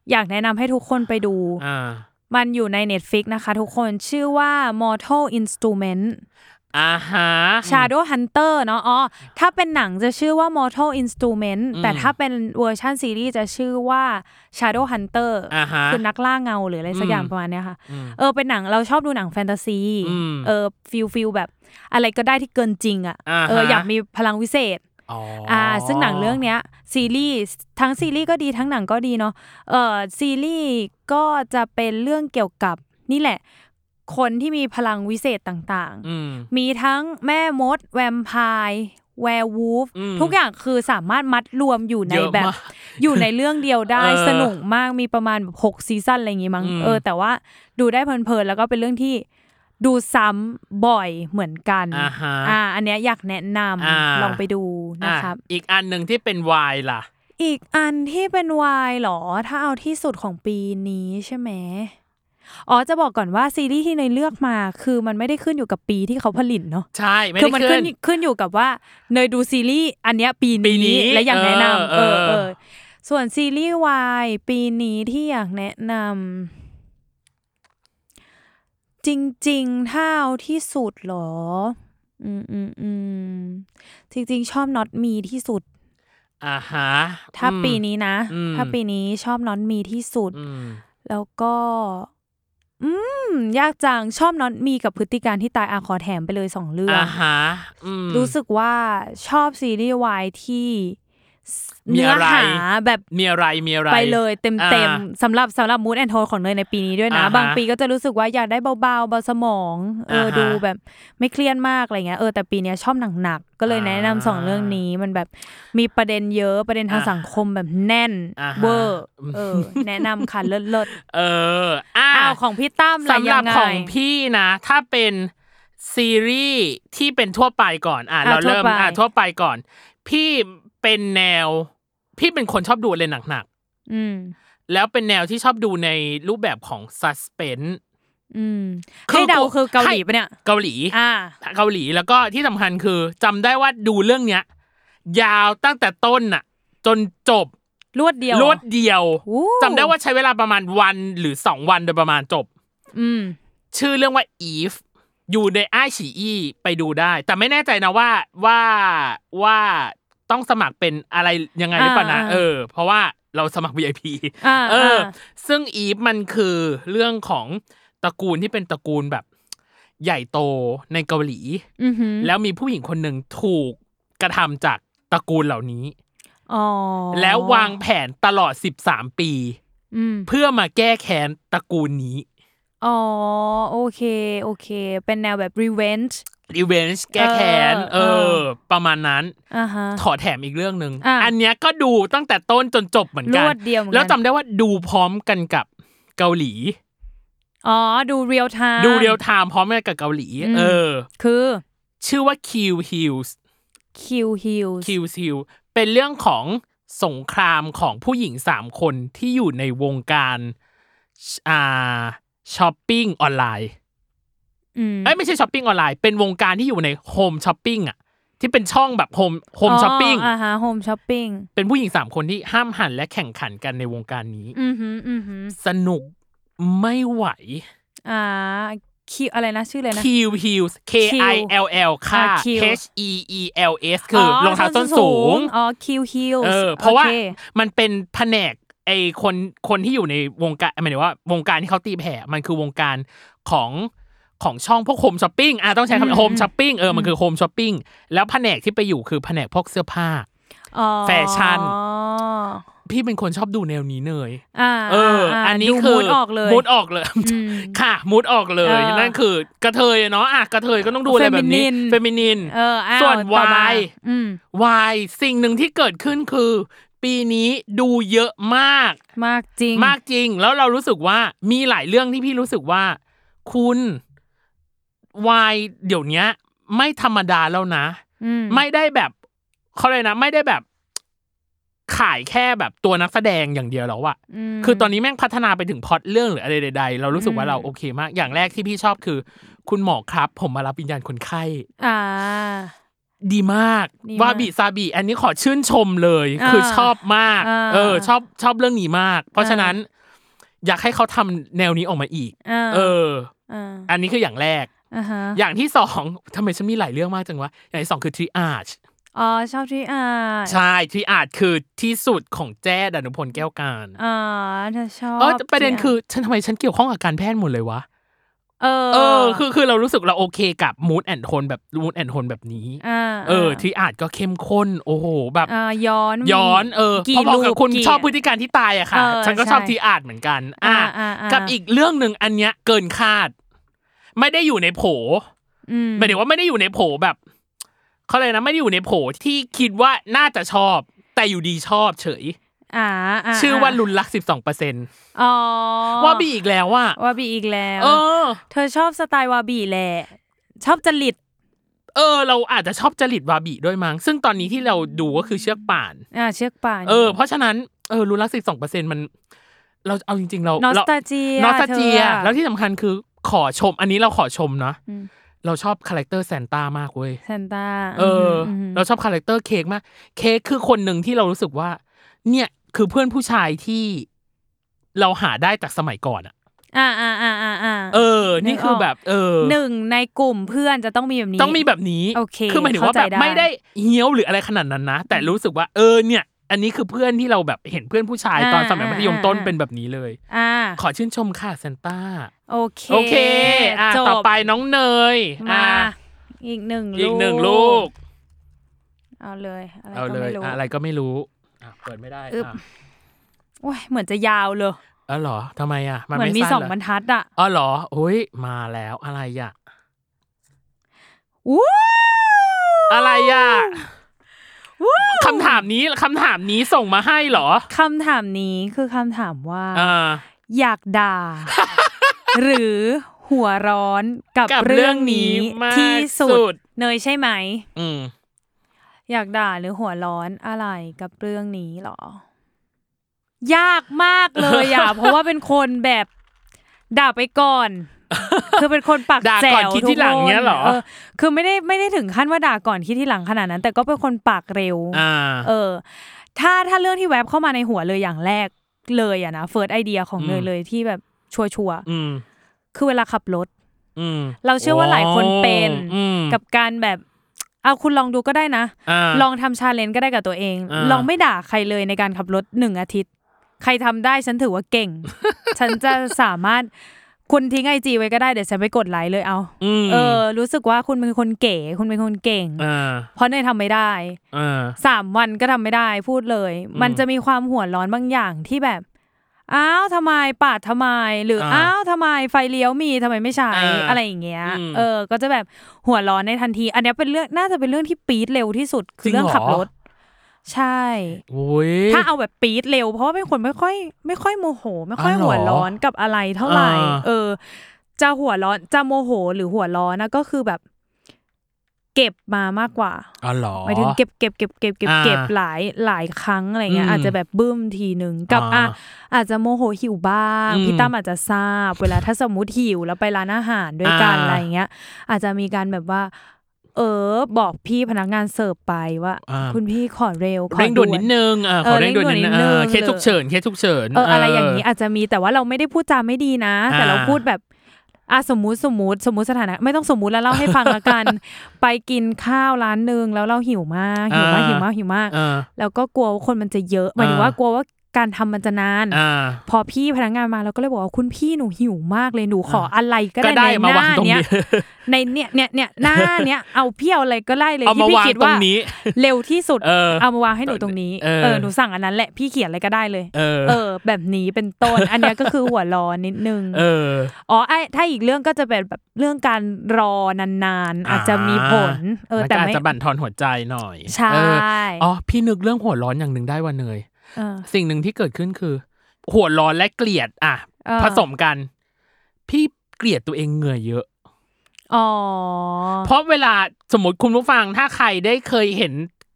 Speaker 4: อยากแนะนำให้ทุกคนไปดู
Speaker 2: อ่า
Speaker 4: มันอยู่ใน Netflix นะคะทุกคนชื่อว่า Mortal Instrument
Speaker 2: อ่าฮะ
Speaker 4: Shadow Hunter เนาะอ๋อถ้าเป็นหนังจะชื่อว่า Mortal Instrument
Speaker 2: อืม
Speaker 4: แต่ถ้าเป็นเวอร์ชันซีรีส์จะชื่อว่า Shadow Hunter
Speaker 2: อ่าฮะ
Speaker 4: คือนักล่าเงาหรืออะไรสักอย่าง
Speaker 2: อืม
Speaker 4: ประมาณเนี้ยค่ะ
Speaker 2: อืม
Speaker 4: เออเป็นหนังเราชอบดูหนังแฟนตาซี
Speaker 2: อืม
Speaker 4: เออฟิลฟิลแบบ อะไรก็ได้ที่เกินจริงอ่ะ
Speaker 2: อ่าฮะ
Speaker 4: เอออยากมีพลังวิเศษ
Speaker 2: อ๋อ
Speaker 4: อ่าซึ่งหนังเรื่องเนี้ยซีรีส์ทั้งซีรีส์ก็ดีทั้งหนังก็ดีเนาะเอ่อซีรีส์ก็จะเป็นเรื่องเกี่ยวกับนี่แหละ คนที่มีพลังวิเศษต่าง
Speaker 2: อืม
Speaker 4: ๆ มีทั้งแม่มด แวมไพร์แวร์วูฟ
Speaker 2: อืม
Speaker 4: ทุกอย่างคือสามารถมัดรวมอยู่ใน
Speaker 2: เยอะ
Speaker 4: แบบ
Speaker 2: มาก
Speaker 4: อยู่ในเรื่องเดียวได้
Speaker 2: เออ
Speaker 4: สนุกมากมีประมาณแบบหกซีซั่นอะไรอย่างงี้มั้ง
Speaker 2: อืม
Speaker 4: เออแต่ว่าดูได้เพลินๆแล้วก็เป็นเรื่องที่ดูซ้ำบ่อยเหมือนกัน
Speaker 2: อ่าฮะ
Speaker 4: อ่าอันเนี้ยอยากแนะน
Speaker 2: อ่า
Speaker 4: ำลองไปดู
Speaker 2: อ่
Speaker 4: นะครับ
Speaker 2: อีกอันหนึ่งที่เป็นวายล่ะ
Speaker 4: อีกอันที่เป็นวายเหรอ ถ้าเอาที่สุดของปีนี้ใช่ไหมอ๋อจะบอกก่อนว่าซีรีส์ที่เนยเลือกมาคือมันไม่ได้ขึ้นอยู่กับปีที่เขาผลิตเนาะ
Speaker 2: ใช่ไม่
Speaker 4: คื
Speaker 2: ได้
Speaker 4: มั
Speaker 2: ขึ้
Speaker 4: ขึ้
Speaker 2: น
Speaker 4: นขึ้นอยู่กับว่าเนยดูซีรีส์อันเนี้ยปี
Speaker 2: ปีนี้
Speaker 4: และอยากแนะนำ
Speaker 2: เอ
Speaker 4: เอ
Speaker 2: อ
Speaker 4: อ
Speaker 2: เออ
Speaker 4: เออส่วนซีรีส์วายปีนี้ที่อยากแนะนำจริงๆถ้าเอาที่สุดเหรอ อืมอืมอืมจริงๆ ชอบน็อตมีที่สุด
Speaker 2: อ่าฮะ
Speaker 4: ถ้าปีนี้นะ
Speaker 2: อืม
Speaker 4: ถ้าปีนี้ชอบนอนมีที่สุด
Speaker 2: อืม
Speaker 4: แล้วก็ อืม ยากจังชอบนอนมีกับพฤติการที่ตายอาขอแถมไปเลยสองเรื่อง
Speaker 2: อ่าฮะอืม
Speaker 4: รู้สึกว่าชอบซีรีส์วายที่
Speaker 2: มี
Speaker 4: เนื้อ
Speaker 2: อะไร
Speaker 4: หาแบบ
Speaker 2: มีอะไรมีอะไร
Speaker 4: ไปเลยเต็ม
Speaker 2: อ่า
Speaker 4: เต็มสำหรับสำหรับมูดแอนโทนของเนยในปีนี้ด้วยนะ
Speaker 2: อ่าฮะ
Speaker 4: บางปีก็จะรู้สึกว่าอยากได้เบาๆเบาสมองเอออา
Speaker 2: ฮะ
Speaker 4: ดูแบบไม่เครียดมากอะไรเงี้ยเออแต่ปีเนี้ยชอบหนักๆก็เลยแนะนำสองเรื่องนี้มันแบบมีประเด็นเยอะประเด็นทาง
Speaker 2: อ่า
Speaker 4: สังคมแบบแน่น
Speaker 2: อ่าฮะ
Speaker 4: เวอร์
Speaker 2: อืม
Speaker 4: เออ แนะนำค่ะเลิศเลิศ
Speaker 2: เอออ้า
Speaker 4: อ้าวของพี่ตั้มล่ะ
Speaker 2: สำหรับ
Speaker 4: ยัไ
Speaker 2: ของพี่นะ ถ้าเป็นซีรีส์ที่เป็นทั่วไปก่อน อ่ะ
Speaker 4: อ่ะ
Speaker 2: เราเริ่ม
Speaker 4: ทั่วไป
Speaker 2: อ่ะทั่วไปก่อน พี่เป็นแนว พี่เป็นคนชอบดูเลยหนัก
Speaker 4: อืม
Speaker 2: ๆแล้วเป็นแนวที่ชอบดูในรูปแบบของซัสเพน
Speaker 4: อืม
Speaker 2: คือ
Speaker 4: ให้เดา
Speaker 2: กู
Speaker 4: คือเกาหลี
Speaker 2: ให้
Speaker 4: ปะเนี่ย
Speaker 2: เกาหลี
Speaker 4: อ่า
Speaker 2: เกาหลีแล้วก็ที่สำคัญคือจำได้ว่าดูเรื่องเนี้ย ยาวตั้งแต่ต้นน่ะ จนจบ
Speaker 4: รวดเดียว
Speaker 2: รวดเดียว
Speaker 4: โอ้
Speaker 2: จำได้ว่าใช้เวลาประมาณวันหรือสองวันโดยประมาณจบ
Speaker 4: อืม
Speaker 2: ชื่อเรื่องว่า Eve อยู่ในไอฉีอีไปดูได้ แต่ไม่แน่ใจนะว่าว่าว่าต้องสมัครเป็นอะไรยังไงหรือเปล่านะ
Speaker 4: อ่า
Speaker 2: เออ เพราะว่าเราสมัคร VIP
Speaker 4: อ่า
Speaker 2: เออ
Speaker 4: อ่า
Speaker 2: ซึ่ง Eve มันคือเรื่องของตระกูลที่เป็นตระกูลแบบ ใหญ่โตในเกาหลี
Speaker 4: อือหือ
Speaker 2: แล้วมีผู้หญิงคนหนึ่งถูกกระทำจากตระกูลเหล่านี้
Speaker 4: อ๋อ
Speaker 2: แล้ววางแผนตลอด 13 ปี
Speaker 4: อืม
Speaker 2: เพื่อมาแก้แค้นตระกูลนี้
Speaker 4: อ๋อโอเคโอเค เป็นแนวแบบ revenge
Speaker 2: รีเวนจ์แก้แค้น
Speaker 4: เอ
Speaker 2: เอ
Speaker 4: อ
Speaker 2: อ ประมาณนั้น
Speaker 4: อ่าฮะ
Speaker 2: ขอแถมอีกเรื่องหนึ่ง
Speaker 4: อ่ะ
Speaker 2: อันเนี้ยก็ดูตั้งแต่ต้นจนจบเหมือน
Speaker 4: ร
Speaker 2: กัน
Speaker 4: วดเดียวเหมือน
Speaker 2: แล้วจำ
Speaker 4: กัน
Speaker 2: ได้ว่าดูพร้อมกันกับเกาหลี
Speaker 4: อ๋อ ดู real time
Speaker 2: ดูเรียลไทม์พร้อมกันกับเกาหลี
Speaker 4: อืม
Speaker 2: เออ
Speaker 4: คือ
Speaker 2: ชื่อว่า Q Hills
Speaker 4: คิวฮิล
Speaker 2: คิวซิลเป็นเรื่องของสงครามของผู้หญิงสามคนที่อยู่ในวงการชอ่าช้อปปิ้งออนไลน์เอ้ยไม่ใช่ช้อปปิ้งออนไลน์เป็นวงการที่อยู่ในโฮมช้อปปิ้งอ่ะที่เป็นช่องแบบโฮมโฮมช้อปปิ้ง
Speaker 4: อ่าฮะโฮมช้อปปิ้ง
Speaker 2: เป็นผู้หญิงสามคนที่ห้ามหันและแข่งขันกันในวงการนี้
Speaker 4: อือหืออือหือ
Speaker 2: สนุกไม่ไหว
Speaker 4: อ่าคิวอะไรนะชื่ออะไรนะ
Speaker 2: Q heels K I L L ค่ะ
Speaker 4: อ่า Q
Speaker 2: H E E L S คือรองเท้าส้นสูง
Speaker 4: อ๋อคิวฮิล
Speaker 2: เออเพราะว่ามันเป็นแผนกไอคนคนที่อยู่ในวงการหมายถึงว่าวงการที่เขาตีแผ่มันคือวงการของของช่องพวกโฮมช้อปปิ้งอ่ะต้องใช้คำว่าโฮมช้อปปิ้งเออมันคือโฮมช้อปปิ้งแล้วแผนกที่ไปอยู่คือแผนกพวกเสื้อผ้า แฟชั่น พี่เป็นคนชอบดูแนวนี้เนย
Speaker 4: อ่า
Speaker 2: เออ อันนี้คือ
Speaker 4: มูดออกเลย
Speaker 2: มูดออกเลย ค่ะมูดออกเลย
Speaker 4: เออ
Speaker 2: นั่นคือกระเทยอะเนาะอ่ะกระเทยก็ต้องดูอะไรแบบนี้
Speaker 4: Feminine
Speaker 2: เฟมินิน
Speaker 4: เอออ้
Speaker 2: ส่วน
Speaker 4: ต่อม
Speaker 2: Y
Speaker 4: อืม
Speaker 2: วายสิ่งหนึ่งที่เกิดขึ้นคือ ปีนี้ดูเยอะมาก
Speaker 4: มากจริง
Speaker 2: มากจริง แล้วเรารู้สึกว่ามีหลายเรื่องที่พี่รู้สึกว่า คุณวายเดี๋ยวเนี้ย ไม่ธรรมดาแล้วนะ
Speaker 4: อืม
Speaker 2: ไม่ได้แบบเขาเลยกนะ ไม่ได้แบบ ขายแค่แบบตัวนักแสดงอย่างเดียวแล้วอะ
Speaker 4: อืม
Speaker 2: คือตอนนี้แม่งพัฒนาไปถึงพล็อตเรื่องหรืออะไรใดๆเรารู้สึกว่า
Speaker 4: อืม
Speaker 2: เราโอเคมาก อย่างแรกที่พี่ชอบคือ คุณหมอครับ ผมมารับวิญญาณคนไข้
Speaker 4: อ่า
Speaker 2: ดีมาก
Speaker 4: ดีมาก
Speaker 2: วาบิซาบิอันนี้ขอชื่นชมเลย
Speaker 4: อ่า
Speaker 2: คือชอบมาก
Speaker 4: อ่า
Speaker 2: เออ ชอบชอบเรื่องนี้มาก เพราะ
Speaker 4: อ่า
Speaker 2: ฉะนั้น อยากให้เขาทำแนวนี้ออกมาอีก
Speaker 4: อ่า
Speaker 2: เออ
Speaker 4: อ่า
Speaker 2: อันนี้คืออย่างแรก
Speaker 4: อ่าฮะ
Speaker 2: อย่างที่สองทำไมฉันมีหลายเรื่องมากจังวะอย่างที่สองคือทริอาช
Speaker 4: อ๋อชอบที่อ่า
Speaker 2: ใช่ทริอาชคือที่สุดของแจ้ดานุพลแก้วการ
Speaker 4: อ่าเธอชอบ
Speaker 2: เออแต่ประเด็น
Speaker 4: ที่
Speaker 2: คือฉันทำไมฉันเกี่ยวข้องกับการแพทย์หมดเลยวะ
Speaker 4: เออ
Speaker 2: เออคือคือเรารู้สึกเราโอเคกับมูดแอนโทนแบบมูดแอนโทนแบบนี้
Speaker 4: อ่า
Speaker 2: เออทริอาชก็เข้มข้น โอ้โหแบบ
Speaker 4: อ่าย้อน
Speaker 2: ย้อนเออ
Speaker 4: กี่
Speaker 2: เพราะบอกกับ
Speaker 4: ป
Speaker 2: คุณ
Speaker 4: กี่
Speaker 2: ชอบพฤติการที่ตายอะค่ะ
Speaker 4: เออ
Speaker 2: ฉันก็ชอบ
Speaker 4: ใช่
Speaker 2: ที่อาจเหมือนกัน อ่ะ
Speaker 4: อ่าอ่า
Speaker 2: กับอีกเรื่องหนึ่งอันเนี้ยเกินคาด ไม่ได้อยู่ในโผ
Speaker 4: อืม
Speaker 2: หมายถึงว่าไม่ได้อยู่ในโผแบบเขาเลยกนะไม่ได้อยู่ในโผที่คิดว่าน่าจะชอบ แต่อยู่ดีชอบเฉย
Speaker 4: อ่าา
Speaker 2: ชื่อว่าลุนลักสิบสองเปอร์เซ็น
Speaker 4: อ๋อ
Speaker 2: ว่าบีอีกแล้วว่า
Speaker 4: ว่าบีอีกแล้ว
Speaker 2: เออ
Speaker 4: เธอชอบสไตล์วาบีแหละ ชอบจริต
Speaker 2: เออ เราอาจจะชอบจริตวาบีด้วยมั้งซึ่งตอนนี้ที่เราดูก็คือเชือกป่าน
Speaker 4: อ่าเชือกป่าน
Speaker 2: เออ เพราะฉะนั้นเออลุนลักสิบสองเปอร์เซ็นมัน เราเอาจริง ๆ เรา
Speaker 4: นอส
Speaker 2: เรา
Speaker 4: ตาเจีย
Speaker 2: นอสตาเจีย
Speaker 4: ธออะ
Speaker 2: แล้วที่สำคัญคือขอชม อันนี้เราขอชมนะ
Speaker 4: อืม
Speaker 2: เราชอบคาแรคเตอร์แซนต้ามากเว้ย
Speaker 4: แซนตา
Speaker 2: เอออ
Speaker 4: ม
Speaker 2: เราชอบคาแรคเตอร์เค้กมาก เค้กคือคนหนึ่งที่เรารู้สึกว่า เนี่ยคือเพื่อนผู้ชายที่เราหาได้จากสมัยก่อนอะ
Speaker 4: อ่าอ่าอ่าอ่าอ่า
Speaker 2: เออ นี่
Speaker 4: นึกออก
Speaker 2: คือแบบ เออ
Speaker 4: หนึ่งในกลุ่มเพื่อนจะต้องมีแบบนี้
Speaker 2: ต้องมีแบบนี้
Speaker 4: โอเค
Speaker 2: อหมายถึงว่า
Speaker 4: เข้าใจ
Speaker 2: แบบ
Speaker 4: ได้
Speaker 2: ไม่ได้เหี้ยวหรืออะไรขนาดนั้นนะ แต่รู้สึกว่า เออ เนี่ย อันนี้คือเพื่อนที่เราแบบเห็นเพื่อนผู้ชายตอนสมัยมัธยมต้นเป็นแบบนี้เลย
Speaker 4: อ่า
Speaker 2: ขอชื่นชมค่ะแซนต้า
Speaker 4: โอเค
Speaker 2: โอเค อ่ะ
Speaker 4: จบ
Speaker 2: ต่อไปน้องเนย
Speaker 4: มา
Speaker 2: อ่ะ
Speaker 4: อีกหนึ่ง
Speaker 2: อีกหนึ่งลูก
Speaker 4: เอาเลยอะไร
Speaker 2: เอาเล
Speaker 4: ก็
Speaker 2: ย
Speaker 4: ไม่รู้
Speaker 2: อ่ะอะไรก็ไม่รู้อ่ะเปิดไม่ได้
Speaker 4: อึ๊บ
Speaker 2: อ่ะ
Speaker 4: โอ้ยเหมือนจะยาวเลย
Speaker 2: เออเหรอทำไมอ่ะ มัน
Speaker 4: เหมือน
Speaker 2: ไ
Speaker 4: มีสอง
Speaker 2: เหร
Speaker 4: บรรทัดอ่ะ
Speaker 2: อ๋อเหรออุ้ยมาแล้วอะไรอ่ะ
Speaker 4: วู้
Speaker 2: อะไรอ่ะ
Speaker 4: วู้
Speaker 2: คำถามนี้คำถามนี้ส่งมาให้เหรอ
Speaker 4: คำถามนี้คือคำถามว่า
Speaker 2: อ่า
Speaker 4: อยากด่า หรือหัวร้อนกับ
Speaker 2: กับเรื่
Speaker 4: เรื่อ
Speaker 2: อง งนี้
Speaker 4: นี้
Speaker 2: มาก
Speaker 4: ที่สุ
Speaker 2: สุ
Speaker 4: ด
Speaker 2: ด
Speaker 4: เนยใช่ไหม
Speaker 2: อืม
Speaker 4: อยากด่าหรือหัวร้อนอะไรกับเรื่องนี้หรอ ยากมากเลยอ่ะ เพราะว่าเป็นคนแบบด่าไปก่อน คือเป็นคนปาก
Speaker 2: ด่า
Speaker 4: แจ๋
Speaker 2: ก่อน
Speaker 4: ว
Speaker 2: คิด
Speaker 4: ทุ
Speaker 2: ที่
Speaker 4: ก
Speaker 2: หลัง
Speaker 4: คน
Speaker 2: เนี้ยเหรอ
Speaker 4: เออคือไม่ได้ไม่ได้ถึงขั้นว่าด่าก่อนคิดที่หลังขนาดนั้น แต่ก็เป็นคนปากเร็ว
Speaker 2: อ่า
Speaker 4: เออ ถ้าถ้าเรื่องที่แวบเข้ามาในหัวเลยอย่างแรกเลยอะนะเฟิร์สไอเดียของเนย
Speaker 2: อืม
Speaker 4: เลยที่แบบชัวร์ๆ
Speaker 2: อืม
Speaker 4: คือเวลาขับรถ
Speaker 2: อืม
Speaker 4: เราเชื่อว่าหลายคนเป็น
Speaker 2: โอ้อืม
Speaker 4: กับการแบบ เอาคุณลองดูก็ได้นะ
Speaker 2: า
Speaker 4: ลองทำชาเลนจ์ก็ได้กับตัวเอง
Speaker 2: อ่า
Speaker 4: ลองไม่ด่าใครเลยในการขับรถหนึ่งอาทิตย์ ใครทำได้ฉันถือว่าเก่ ง ฉันจะสามารถคุณทิ้งไอจีไว้ก็ได้เดี๋ยวฉันไปกดไลค์เลยเอา
Speaker 2: อืม
Speaker 4: เออ รู้สึกว่าคุณเป็นคนเก๋ คุณเป็นคนเก่ง
Speaker 2: อ่า
Speaker 4: เพราะเนยทำไม่ได้
Speaker 2: อ่า
Speaker 4: สามวันก็ทำไม่ได้พูดเลย
Speaker 2: อืม
Speaker 4: มันจะมีความหัวร้อนบางอย่างที่แบบ อ้าวทำไมปาดทำไม หรืออาอ้าวทำไมไฟเลี้ยวมีทำไมไม่ใช้
Speaker 2: อ่า
Speaker 4: อะไรอย่างเงี้ย
Speaker 2: อืม
Speaker 4: เออ ก็จะแบบหัวร้อนในทันที อันเนี้ยเป็นเรื่องน่าจะเป็นเรื่องที่ปี๊ดเร็วที่สุด
Speaker 2: จ
Speaker 4: คื
Speaker 2: ริ
Speaker 4: อง เรื่องขับ
Speaker 2: เหร
Speaker 4: ร
Speaker 2: อ
Speaker 4: ถ ใช่
Speaker 2: โอ้ย
Speaker 4: ถ้าเอาแบบปี๊ดเร็ว เพราะว่าเป็นคนไม่ค่อย ไม่ค่อยโมโห ไม่ค่อย
Speaker 2: อ๋อเหรอ
Speaker 4: หัวร้อนกับอะไรเท่าไหร่
Speaker 2: อ่า
Speaker 4: เออ จะหัวร้อนจะโมโหหรือหัวร้อนนะก็คือแบบ เก็บมามากกว่า
Speaker 2: อ๋อเหรอ
Speaker 4: หมายถึงเก็บเก็บเก็บเก็บเก็บ
Speaker 2: อ่า
Speaker 4: เก็บหลายหลายครั้งอะไรเงี้
Speaker 2: อื
Speaker 4: ย
Speaker 2: ม
Speaker 4: อาจจะแบบบึ้มทีหนึ่งกับ
Speaker 2: อ่า
Speaker 4: อ่ะอาจจะโมโหหิวบ้าง
Speaker 2: อืม
Speaker 4: พี่ตั้มอาจจะทราบ เวลาถ้าสมมติหิวแล้วไปร้านอาหารด้วยกัน
Speaker 2: อ่า
Speaker 4: อะไรเงี้ย อาจจะมีการแบบว่า เออบอกพี่พนักงานเสิร์ฟไปว่า
Speaker 2: อ่า
Speaker 4: คุณพี่ขอเร็วขอ
Speaker 2: เร่งด่วนนิดนึงอ่าขอ
Speaker 4: เออ
Speaker 2: เร่งด่วนนิดนึง
Speaker 4: เร่งด่วนนิดนึง
Speaker 2: เออเคสฉุกเฉินเคสฉุกเฉิน
Speaker 4: เอออะไรอย่างนี้อาจจะมีแต่ว่าเราไม่ได้พูดจาไม่ดีนะ แต่เรา
Speaker 2: อ่า
Speaker 4: พูดแบบอ่ะสมมุติสมมุติสมมุติสถานะ ไม่ต้องสมมุติแล้วเล่าให้ฟังละกัน ไปกินข้าวร้านหนึ่งแล้วเราหิวมากหิวมาก
Speaker 2: อ่า
Speaker 4: หิวมากหิวมาก
Speaker 2: เออ
Speaker 4: แล้วก็กลัวว่าคนมันจะเยอะหมายถึง
Speaker 2: อ่า
Speaker 4: ว่ากลัวว่าการทำมันจะนาน
Speaker 2: อ่า
Speaker 4: พอพี่พนักงานมาเราก็เลยบอกว่าคุณพี่หนูหิวมากเลยหนูขออะไรก็
Speaker 2: ก็
Speaker 4: ได้
Speaker 2: ได้
Speaker 4: ใน
Speaker 2: มา
Speaker 4: ห
Speaker 2: วาง
Speaker 4: น้า
Speaker 2: ตรง
Speaker 4: เนี้ย
Speaker 2: นี้
Speaker 4: ในเนี่ยเนี่ยเนี่ย หน้าเนี้ยเอาเพี่ยวอะไรก็ได้เลย
Speaker 2: เอา
Speaker 4: ที่
Speaker 2: มา
Speaker 4: พี่
Speaker 2: วาง
Speaker 4: คิด
Speaker 2: ตร
Speaker 4: ว่า
Speaker 2: งนี้
Speaker 4: เร็วที่สุด
Speaker 2: เออ
Speaker 4: เอามาวางให้หนูตรงนี้
Speaker 2: เออ
Speaker 4: เออหนูสั่งอันนั้นแหละพี่เขียนอะไรก็ได้เลย
Speaker 2: เออ
Speaker 4: เออแบบนี้เป็นต้น อันเนี้ยก็คือหัวร้อนนิดนึง
Speaker 2: เออ
Speaker 4: อ๋อไอ้ถ้าอีกเรื่องก็จะเป็นแบบเรื่องการรอนานๆ อาจจะมีผล เออ
Speaker 2: มันก็
Speaker 4: แต่
Speaker 2: อาจ
Speaker 4: ไม่
Speaker 2: จะบั่นทอนหัวใจหน่อย
Speaker 4: ใช่
Speaker 2: เอออ๋อ พี่นึกเรื่องหัวร้อนอย่างหนึ่งได้ว่าเนย
Speaker 4: เออ
Speaker 2: สิ่งหนึ่งที่เกิดขึ้นคือ หัวร้อนและเกลียด อ่ะ
Speaker 4: เออ
Speaker 2: ผสมกัน พี่เกลียดตัวเองเหงื่อเยอะ
Speaker 4: อ๋อ
Speaker 2: เพราะเวลาสมมติคุณผู้ฟังถ้าใครได้เคยเห็น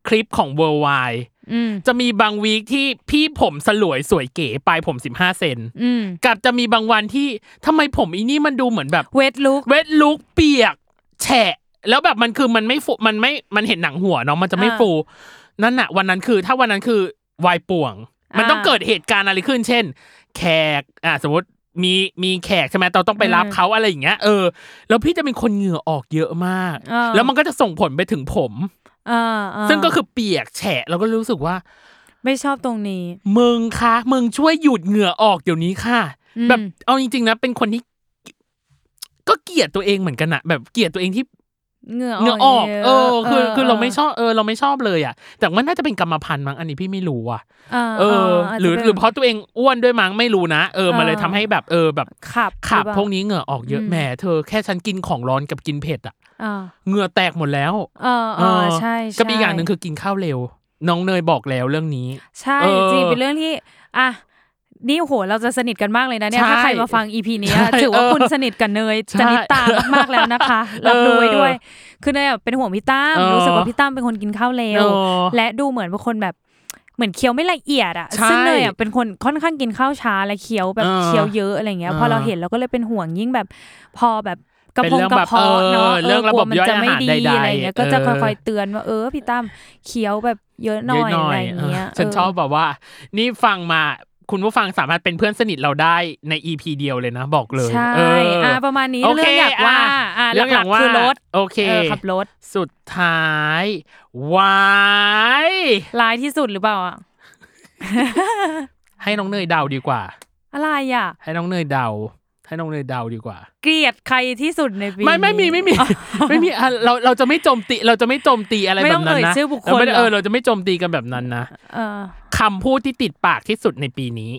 Speaker 2: คลิปของ Worldwide
Speaker 4: อืม
Speaker 2: จะมีบางวีคที่พี่ผมสลวยสวยเก๋ปลายผม 15 เซน
Speaker 4: อืม
Speaker 2: กับจะมีบางวันที่ทำไมผมอีนี่มันดูเหมือนแบบ
Speaker 4: เวทลุก
Speaker 2: เวทลุกเปียก แฉะ แล้วแบบมันคือมันไม่ฟูมันไม่มันเห็นหนังหัวเนาะมันจะไม่
Speaker 4: อ่า
Speaker 2: ฟู นั่นน่ะ วันนั้นคือถ้าวันนั้นคือวายป่วง มัน
Speaker 4: อ่า
Speaker 2: ต้องเกิดเหตุการณ์อะไรขึ้น เช่น แขกอ่ะสมมติมีมีแขกใช่ไหมเราต้องไปรับ
Speaker 4: อืม
Speaker 2: เขาอะไรอย่างเงี้ยเออแล้วพี่จะเป็นคนเหงื่อออกเยอะมาก
Speaker 4: อ่า
Speaker 2: แล้วมันก็จะส่งผลไปถึงผม
Speaker 4: อ่าา
Speaker 2: ซึ่งก็คือเปียกแฉะแล้วก็รู้สึกว่า
Speaker 4: ไม่ชอบตรงนี้
Speaker 2: มึงคะมึงช่วยหยุดเหงื่อออกเดี๋ยวนี้ค่ะ
Speaker 4: อืม
Speaker 2: แบบเอาจริงๆนะเป็นคนที่ก็เกลียดตัวเองเหมือนกันนะแบบเกลียดตัวเองที่
Speaker 4: เหงื่อ
Speaker 2: เหงื่ออ
Speaker 4: ออ
Speaker 2: อก ก
Speaker 4: ยะ
Speaker 2: เออ คือคือเราไม่ชอบเออเราไม่ชอบเลยอ่ะ แต่ว่าน่าจะเป็นกรรมพันธุ์มั้งอันนี้พี่ไม่รู้อ่ะ
Speaker 4: า
Speaker 2: เออ
Speaker 4: า
Speaker 2: หรือ
Speaker 4: จจะป็น
Speaker 2: หรือเพราะตัวเองอ้วนด้วยมั้งไม่รู้นะเออมันเลย
Speaker 4: อ่า
Speaker 2: ทำให้แบบเออแบบ
Speaker 4: ขับ
Speaker 2: ขับ
Speaker 4: หรือเปล่า
Speaker 2: พวกนี้เหงื่อออกเยอะ
Speaker 4: อืม
Speaker 2: แหมเธอแค่ฉันกินของร้อนกับกินเผ็ดอ่ะ
Speaker 4: อ่า
Speaker 2: เหงื่อแตกหมดแล้ว
Speaker 4: เออเออใช่
Speaker 2: กับอีก
Speaker 4: ใช่
Speaker 2: อย่างหนึ่งคือกินข้าวเร็ว น้องเนยบอกแล้วเรื่องนี้
Speaker 4: ใช่
Speaker 2: เออ
Speaker 4: จริงเป็นเรื่องที่อ่ะนี่โหเราจะสนิทกันมากเลยนะเนี่ย
Speaker 2: ใช่
Speaker 4: ถ้าใครมาฟังอีพีนี้ย
Speaker 2: ใช่
Speaker 4: ถือว่า
Speaker 2: เออ
Speaker 4: คุณสนิทกันเนย
Speaker 2: ใช่
Speaker 4: จนิตามากๆแล้วนะคะ
Speaker 2: เออ
Speaker 4: รับรู้ไว้ด้วย คือเนยแบบเป็นห่วงพี่ตั้ม
Speaker 2: เออ
Speaker 4: รู้สึกว่าพี่ตั้มเป็นคนกินข้าวเร็ว
Speaker 2: เออ
Speaker 4: และดูเหมือนเป็นคนแบบเหมือนเคี้ยวไม่ละเอียดอ่ะ
Speaker 2: ใช่
Speaker 4: ซึ่งเนยอะเป็นคนค่อนข้างกินข้าวช้าและเคี้ยวแบบ
Speaker 2: เออ
Speaker 4: เคี้ยวเยอะอะไรเงี้ย พอ
Speaker 2: เออ
Speaker 4: เราเห็นเราก็เลยเป็นห่วงยิ่งแบบพอแบบกระ
Speaker 2: เป็น
Speaker 4: พง
Speaker 2: เรื่อง
Speaker 4: กระ
Speaker 2: แบบ
Speaker 4: เพาะเนาะ
Speaker 2: เออเรื่องระบบ
Speaker 4: กลัวมัน
Speaker 2: ย่อย
Speaker 4: จะไม่
Speaker 2: อาหาร
Speaker 4: ดี
Speaker 2: ใดๆ
Speaker 4: อะไรเงี้ยก็จะ
Speaker 2: เออ
Speaker 4: ค่อยๆเตือนว่าเออพี่ตั้มเคี้ยวแบบเยอะหน่อยอะไรอย่างเงี้ย
Speaker 2: ฉัน
Speaker 4: เออ
Speaker 2: ชอบแบบว่า นี่ฟังมาคุณผู้ฟังสามารถเป็นเพื่อนสนิทเราได้ในอีพีเดียวเลยนะบอกเลย
Speaker 4: ใช่
Speaker 2: เอออ่
Speaker 4: าประมาณนี้
Speaker 2: โค
Speaker 4: เรื่องอยากว่า
Speaker 2: ะ
Speaker 4: อ่า
Speaker 2: เรื่องอยากว่า
Speaker 4: หลักๆคือรถ
Speaker 2: โอเค
Speaker 4: เออขับรถ
Speaker 2: สุดท้ายวาย
Speaker 4: ร้ายที่สุดหรือเปล่าอะ
Speaker 2: ให้น้องเนยเดาดีกว่า
Speaker 4: อะไรอ่ะ
Speaker 2: ให้น้องเนยเดา ให้น้องเนยเดาดีกว่า
Speaker 4: เกลียดใครที่สุดในปี
Speaker 2: ไม่ไม่มี
Speaker 4: นี้
Speaker 2: ไม่มี ไม่มีอ่ะเราเราจะไม่โจมตีเราจะไม่โจมตีอะไร
Speaker 4: ไม่
Speaker 2: แบ
Speaker 4: ต้
Speaker 2: บ
Speaker 4: อง
Speaker 2: นั้น
Speaker 4: เอ่ย
Speaker 2: นะ
Speaker 4: ชื่อบุคคล
Speaker 2: เราไม่ได้
Speaker 4: หรอ
Speaker 2: เออเราจะไม่โจมตีกันแบบนั้นนะ
Speaker 4: เออ
Speaker 2: คำพูดที่ติดปากที่สุดในปีนี้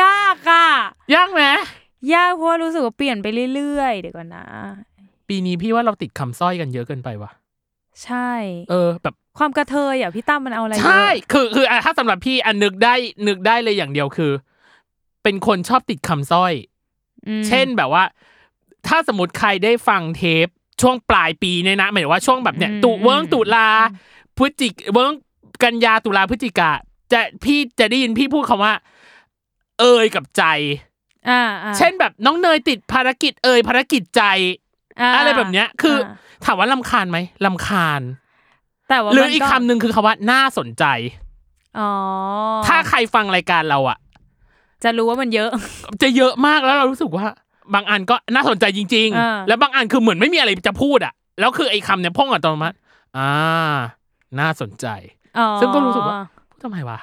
Speaker 4: ยากอ่ะ
Speaker 2: ยากไหม
Speaker 4: ยากเพราะว่ารู้สึกว่าเปลี่ยนไปเรื่อยๆเดี๋ยวก่อนนะ
Speaker 2: ปีนี้พี่ว่าเราติดคำสร้อยกันเยอะเกินไปว่ะ
Speaker 4: ใช่
Speaker 2: เออแบบ
Speaker 4: ความกระเทยอ่ะพี่ตั้มมันเอาอะไรเยอะ
Speaker 2: ใช่ คือคืออ่ะถ้าสำหรับพี่อันนึกได้นึกได้เลยอย่างเดียวคือ เป็นคนชอบติดคำสร้อย
Speaker 4: อืม
Speaker 2: เช่นแบบว่า ถ้าสมมติใครได้ฟังเทปช่วงปลายปีเนี่ยนะหมายถึงว่าช่วงแบบเนี่ย
Speaker 4: อืม
Speaker 2: ตุเวิ้ง
Speaker 4: อืม
Speaker 2: ตุลาพฤศจิกเวิ้งกันยาตุลาพฤศจิกาจะพี่จะได้ยินพี่พูดคำว่า เอ่ยกับใจ
Speaker 4: อ่าอ่า
Speaker 2: เช่นแบบน้องเนยติดภารกิจเอ่ยภารกิจใจ
Speaker 4: า
Speaker 2: อะไรแบบเนี้ยคืออา ถามว่าลำคาญไหมลำคาญ
Speaker 4: แต่ว่า
Speaker 2: หรือ
Speaker 4: มัน
Speaker 2: อีกคำหนึ่งคือคำว่าน่าสนใจ
Speaker 4: อ๋อ
Speaker 2: ถ้าใครฟังรายการเราอ่ะ
Speaker 4: จะรู้ว่ามันเยอะ
Speaker 2: จะเยอะมากแล้วเรารู้สึกว่า บางอันก็น่าสนใจจริง
Speaker 4: อ่า
Speaker 2: ๆ แล้วบางอันคือเหมือนไม่มีอะไรจะพูดอ่ะ แล้วคือไอ้คำเนี่ยพ่องอัตโนมัติอ่า น่าสนใจ
Speaker 4: อ๋อ
Speaker 2: ซึ่งก็รู้สึกว่า พูดทำไมวะ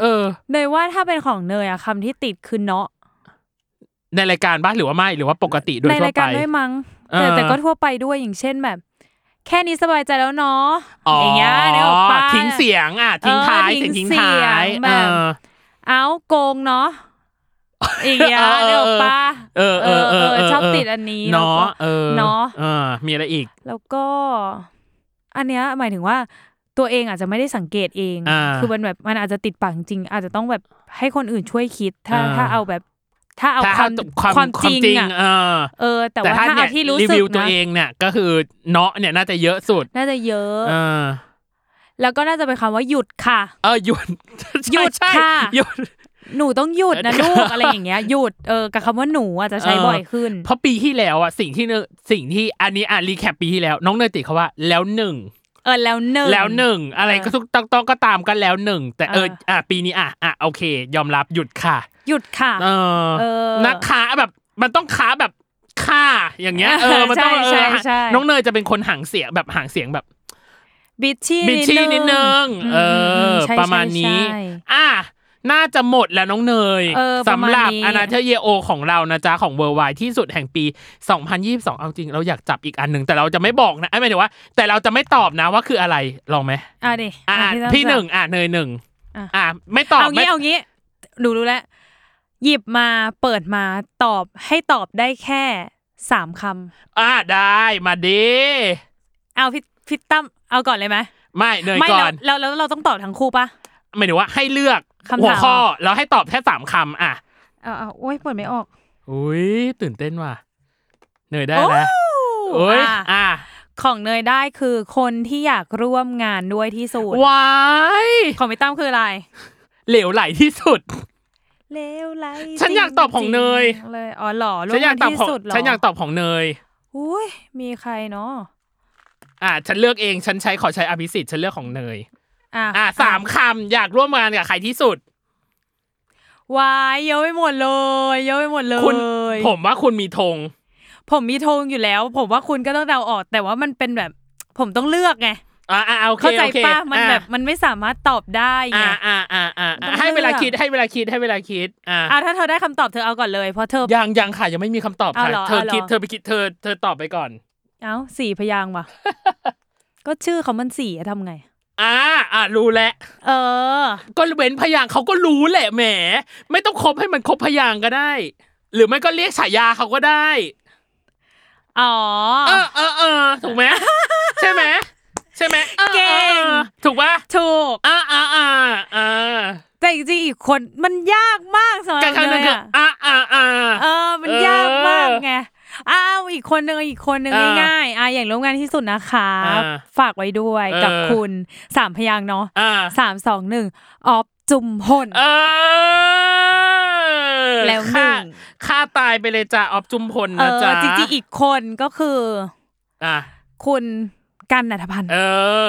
Speaker 2: เออ
Speaker 4: เนยว่าถ้าเป็นของเนยอะคำที่ติดคือเนาะ
Speaker 2: ในรายการบ้างหรือว่าไม่หรือว่าปกติโดย
Speaker 4: ใน
Speaker 2: ทั่ว
Speaker 4: ราย
Speaker 2: ไป
Speaker 4: การด้วยมั้งแต่
Speaker 2: เออ
Speaker 4: แต่ก็ทั่วไปด้วยอย่างเช่นแบบ แค่นี้สบายใจแล้วเนาะ
Speaker 2: อ๋อ
Speaker 4: อ
Speaker 2: อย่าง
Speaker 4: เงี้ยนึกออกปะ
Speaker 2: ทิ้งเสียงอ่ะทิ้งท้าย
Speaker 4: เออ
Speaker 2: เสียงทิ้งท้าย
Speaker 4: ทิ้งเสียง
Speaker 2: เอ
Speaker 4: แบบ
Speaker 2: อ
Speaker 4: เอาโกงเนาะอย่างเงี้ย
Speaker 2: เออ
Speaker 4: นึกออกปะ
Speaker 2: เออเออเออเออเออ
Speaker 4: ชอบติดอันนี้
Speaker 2: เนาะ
Speaker 4: แล้วก็
Speaker 2: เออ
Speaker 4: เนาะ
Speaker 2: เออ มีอะไรอีก
Speaker 4: แล้วก็ อันเนี้ยหมายถึงว่า ตัวเองอาจจะไม่ได้สังเกตเอง
Speaker 2: อ่า
Speaker 4: คือมันแบบมันอาจจะติดปากจริงอาจจะต้องแบบให้คนอื่นช่วยคิด ถ้า
Speaker 2: อ่า
Speaker 4: ถ้าเอาแบบ ถ้าเอา
Speaker 2: ถ้า
Speaker 4: ควา
Speaker 2: ถ้าม ความ
Speaker 4: ความจริงอะ
Speaker 2: เออ
Speaker 4: เออ แต่ว่าถ้า
Speaker 2: นี่
Speaker 4: เอา
Speaker 2: ย
Speaker 4: ที่รู้สึ
Speaker 2: วิ
Speaker 4: ก
Speaker 2: วตัว
Speaker 4: นะ
Speaker 2: เองเนี่ยก็คือเนาะเนี่ยน่าจะเยอะสุด
Speaker 4: น่าจะเยอะ
Speaker 2: เออ
Speaker 4: แล้วก็น่าจะเป็นคำว่าหยุดค่ะ
Speaker 2: เออหยุด
Speaker 4: หยุด
Speaker 2: ใช่
Speaker 4: ค่ะ
Speaker 2: หยุด
Speaker 4: หนูต้องหยุดนะ
Speaker 2: เออ
Speaker 4: ลูกอะไรอย่างเงี้ยหยุดเออกับคำว่าหนูอาจจะใช้
Speaker 2: เออ
Speaker 4: บ่อยขึ้น
Speaker 2: เพราะปีที่แล้วอะสิ่งที่เนยสิ่งที่อันนี้อ่ะรีแคปปีที่แล้ว น้องเนยติดเขาว่าแล้วหนึ่ง
Speaker 4: เออแล้วหนึ่ง
Speaker 2: แล้วหนึ่งอะไรก็ทุกต้องต้องก็ตามกันแล้วหนึ่งแต่เออ
Speaker 4: เอออ่
Speaker 2: อ่ะปีนี้อ่ะอ่ะโอเค ยอมรับหยุดค่ะ
Speaker 4: หยุดค่ะ
Speaker 2: เออ
Speaker 4: เออ
Speaker 2: นักค้าแบบมันต้องค้าแบบค่าอย่างเงี้ยเออมันต้องเอ
Speaker 4: ใช่
Speaker 2: อ
Speaker 4: ใช่ใช่
Speaker 2: น้องเนยจะเป็นคนห่างเสียงแบบห่างเสียงแบบ
Speaker 4: บิชชี่
Speaker 2: บิชชี่นิดนึงเออ
Speaker 4: มใช่
Speaker 2: ประมาณนี้
Speaker 4: ใช่
Speaker 2: อ่ะน่าจะหมดแล้วน้องเนย
Speaker 4: เออประ
Speaker 2: สำ
Speaker 4: มาณนี้
Speaker 2: หรับอนาเธอเยโอของเรานะจ๊ะ ของเวอร์ไวที่สุดแห่งปี 2022 เอาจริง เราอยากจับอีกอันหนึ่ง แต่เราจะไม่บอกนะไอ้ยหมายถึงว่า แต่เราจะไม่ตอบนะว่าคืออะไรลองไหม
Speaker 4: อ่ะดิ
Speaker 2: อ่ะ
Speaker 4: อ่ะที่
Speaker 2: พี่
Speaker 4: ต้อง
Speaker 2: หนึ่ง
Speaker 4: จับ
Speaker 2: อ่ะเนยหนึ่ง
Speaker 4: อ่ะ
Speaker 2: อ่ะไม่ตอบ
Speaker 4: เอา
Speaker 2: ไม่
Speaker 4: งี้เอางี้หนูรู้แล้ว หยิบมาเปิดมาตอบให้ตอบได้แค่สามค
Speaker 2: อ่ะได้มาดิ
Speaker 4: ำเอาพี่พี่ตั้มเอาก่อนเลยไหม
Speaker 2: ไม่เนย
Speaker 4: ไม่
Speaker 2: ก่อ
Speaker 4: แล้ว
Speaker 2: น
Speaker 4: แล้วแล้วเราต้องตอบทั้งคู่ปะ
Speaker 2: หมายถึงว่าให้เลือก
Speaker 4: คำถาม
Speaker 2: หัวข้อแล้วให้ตอบแค่สามคำอ่ะ
Speaker 4: เอาเอาโอ้ยเปิดไม่ออก
Speaker 2: อุ้ยตื่นเต้นว่ะเนยได้แล้ว
Speaker 4: โอ้
Speaker 2: โอ้ย
Speaker 4: อ่ะ
Speaker 2: อ่ะ
Speaker 4: ของเนยได้คือคนที่อยากร่วมงานด้วยที่สุด
Speaker 2: วาย
Speaker 4: ของพี่ตั้มคืออะไร
Speaker 2: เหลวไหลที่สุด
Speaker 4: เลวไหล
Speaker 2: ฉันอยากตอบของเนย
Speaker 4: จริงๆเลยอ๋อเหรอร่ว
Speaker 2: ฉันอยาง
Speaker 4: มาก น
Speaker 2: ตอบ
Speaker 4: ที่
Speaker 2: ของ
Speaker 4: สุดเหรอ
Speaker 2: ฉันอยากตอบของเนย
Speaker 4: อุ้ยมีใครเนาะ
Speaker 2: อ่ะฉันเลือกเองฉันใช้ขอใช้อภิสิทธิ์ฉันเลือกของเนย
Speaker 4: อ่ะ
Speaker 2: อ่ะสามคำอยากร่วมงานกับใครที่สุด
Speaker 4: วายเยอะไปหมดเลย เยอะไปหมดเลย
Speaker 2: คุณผมว่าคุณมีธง
Speaker 4: ผมมีธงอยู่แล้ว ผมว่าคุณก็ต้องเดาออก แต่ว่ามันเป็นแบบ ผมต้องเลือกไง
Speaker 2: อ่ะอ่ะโอเค
Speaker 4: เข้าใจ
Speaker 2: โอเค
Speaker 4: ป้ามันแบบมันไม่สามารถตอบได้ไง
Speaker 2: อ่ะอ่ะอ่ะอ่ะ
Speaker 4: มันต้
Speaker 2: อ่ะ
Speaker 4: อง
Speaker 2: ให้เวลา
Speaker 4: เลือก
Speaker 2: คิดให้เวลาคิดให้เวลาคิดอ่ะ
Speaker 4: อ่ะถ้าเธอได้คำตอบเธอเอาก่อนเลยเพราะเธอ
Speaker 2: ยังยังค่ะยังไม่มีคำตอบ
Speaker 4: เอา
Speaker 2: ค่ะ
Speaker 4: เหรอ
Speaker 2: เธอ
Speaker 4: เอาเหรอ
Speaker 2: คิดเธอไปคิดเธอเธอตอบไปก่อน
Speaker 4: เอ้าสี่พยางค์ ว่ะ ก็ชื่อเขามันสี่อะทำไง
Speaker 2: อ่าอ่ารู้แล้ว
Speaker 4: เออ
Speaker 2: ก็เว้นพยางค์เขาก็รู้แหละแหม ไม่ต้องครบให้มันครบพยางค์ก็ได้ หรือไม่ก็เรียกฉายาเขาก็ได้
Speaker 4: อ๋อ
Speaker 2: เออเออเออถูกไหม ใช่ไหมใช่ไหมออออ
Speaker 4: เก่ง
Speaker 2: ถูกปะ
Speaker 4: ถูก
Speaker 2: อ่าอ่าอ่าอ่า
Speaker 4: แต่จริงๆอีกคนมันยากมากสำหรับ
Speaker 2: การครั้งห
Speaker 4: เน
Speaker 2: นึง
Speaker 4: ย
Speaker 2: คือ
Speaker 4: อะ
Speaker 2: อ่าอ่าอ่า
Speaker 4: เออ มัน
Speaker 2: เออย
Speaker 4: ากมากไงอ้าวอีกคนหนึ่งอีกคนหนึ่ง
Speaker 2: อ่า
Speaker 4: ง่ายๆอ่ะอย่างร่วมงานที่สุดนะคะ
Speaker 2: อ่า
Speaker 4: ฝากไว้ด้วย
Speaker 2: เออ
Speaker 4: กับคุณสามพยางค์เนาะ
Speaker 2: อ่า
Speaker 4: สามสองหนึ่งออฟจุมพล
Speaker 2: เออ
Speaker 4: แล้วหนึ่ง
Speaker 2: ฆ่าฆ่าตายไปเลยจ้ะออฟจุมพล
Speaker 4: เอ
Speaker 2: นะ
Speaker 4: อ
Speaker 2: จ๊ะ
Speaker 4: จริงๆอีกคนก็คือ
Speaker 2: อ่ะ
Speaker 4: คุณกันนัทพันธ์
Speaker 2: เอ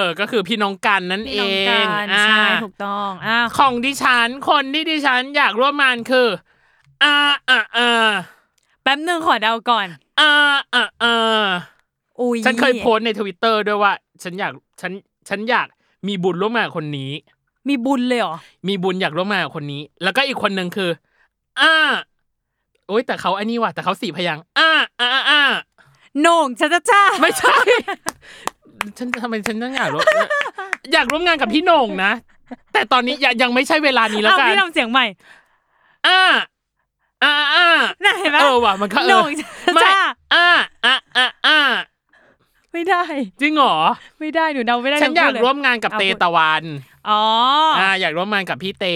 Speaker 2: อ ก็คือพี่น้องกันนั่นเอ
Speaker 4: พี่น้อง
Speaker 2: ง
Speaker 4: กัน
Speaker 2: อ่า
Speaker 4: ใช่ถูกต้องอ่ะ
Speaker 2: ของดิฉันคนที่ดิฉันอยากร่วมงานคืออ่าอ่าอ่า
Speaker 4: แป๊บหนึ่งขอเดาก่อน
Speaker 2: อ่าอ่าอ่า
Speaker 4: อุ้ย
Speaker 2: ฉันเคยโพสต์ในทวิตเตอร์ด้วยว่า ฉันอยากฉันฉันอยากมีบุญร่วมงานกับคนนี้
Speaker 4: มีบุญเลยเหรอ
Speaker 2: มีบุญอยากร่วมงานกับคนนี้ แล้วก็อีกคนหนึ่งคืออ่าโอ๊ยแต่เขาอันนี้ว่ะแต่เขาสี่พยางค์อ่าอ่าอ่าอ่า
Speaker 4: โหน่งชาชาชา
Speaker 2: ไม่ใช่ ฉันทำไมฉันต้องอยากร่วมอยากร่วมงานกับพี่โหน่งนะแต่ตอนนี้ยังยังไม่ใช่เวลานี้แล้ว
Speaker 4: เอา
Speaker 2: กัน
Speaker 4: พี่ทำเสียงใหม่
Speaker 2: อ่าอ่าอ่า
Speaker 4: น่ะเห็นไหม
Speaker 2: เออว่ะมันก็เออ
Speaker 4: โหน่งชา
Speaker 2: ไม่
Speaker 4: ชา
Speaker 2: อ่าอ่าอ่าอ่า
Speaker 4: ไม่ได้
Speaker 2: จริงเหรอ
Speaker 4: ไม่ได้หนูเดาไม่ได้
Speaker 2: ฉัน
Speaker 4: ทั้
Speaker 2: อง ยาก
Speaker 4: คู่เล
Speaker 2: ร่วมงานกับ
Speaker 4: อ
Speaker 2: เต
Speaker 4: พูด
Speaker 2: ตะวัน
Speaker 4: อ๋ออ
Speaker 2: อ่าอยากร่วมงานกับพี่เต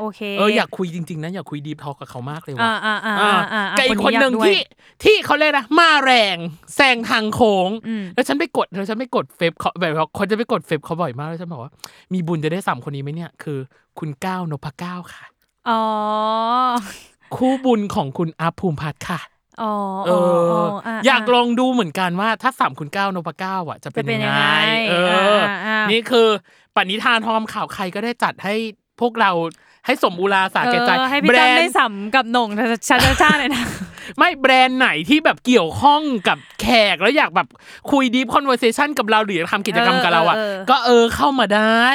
Speaker 4: โอเค
Speaker 2: เอออยากคุยจริงๆนะอยากคุยดีทอกับเขามากเลย
Speaker 4: อ่า
Speaker 2: ว่ะ
Speaker 4: อ่าอ่า
Speaker 2: อ่า
Speaker 4: อ่า
Speaker 2: กับอีกคนหนึ่ง
Speaker 4: อยาด้วย
Speaker 2: ที่ที่เขาเรียกนะมาแรงแซงทางโค้ง
Speaker 4: อืม
Speaker 2: แล้วฉันไปกดแล้วฉันไปกดเฟบเขาแบบว่าคนจะไปกดเฟบเขาบ่อยมากแล้วฉันบอกว่า มีบุญจะได้สามคนนี้ไหมเนี่ยคือ คุณก้าวนพก้าวค่ะ
Speaker 4: อ๋อ
Speaker 2: คู่บุญของคุณอัพภูมิพัฒน์ค่ะ
Speaker 4: อ๋อ
Speaker 2: เอ
Speaker 4: อ๋อ
Speaker 2: อ
Speaker 4: อ๋อ
Speaker 2: อ
Speaker 4: อ่ะ
Speaker 2: อยากลองดูเหมือนกันว่าถ้าสามคุณเก้านพเก้าอ่ะ จะเป็น
Speaker 4: จะเป็น
Speaker 2: ยัง
Speaker 4: ยั
Speaker 2: ไง
Speaker 4: งไง
Speaker 2: เอออา
Speaker 4: อ่านี่
Speaker 2: นี่คือปณิธานหอมข่าวใครก็ได้จัดให้พวกเราให้สมอุราสาแก่ใจ
Speaker 4: เออให้พี่
Speaker 2: แบร
Speaker 4: ตั้ม
Speaker 2: น
Speaker 4: ได้
Speaker 2: ด์
Speaker 4: สัมกับหน่งชาชาชาชาหน่อยนะ
Speaker 2: ไม่แบรนด์ไหนที่แบบเกี่ยวข้องกับแขกแล้วอยากแบบคุยดีฟคอนเวอร์เซชันกับเราหรือทำกิจกรรมกับเราอ่ะ
Speaker 4: เออเออเออ
Speaker 2: ก็เออเข้ามาได้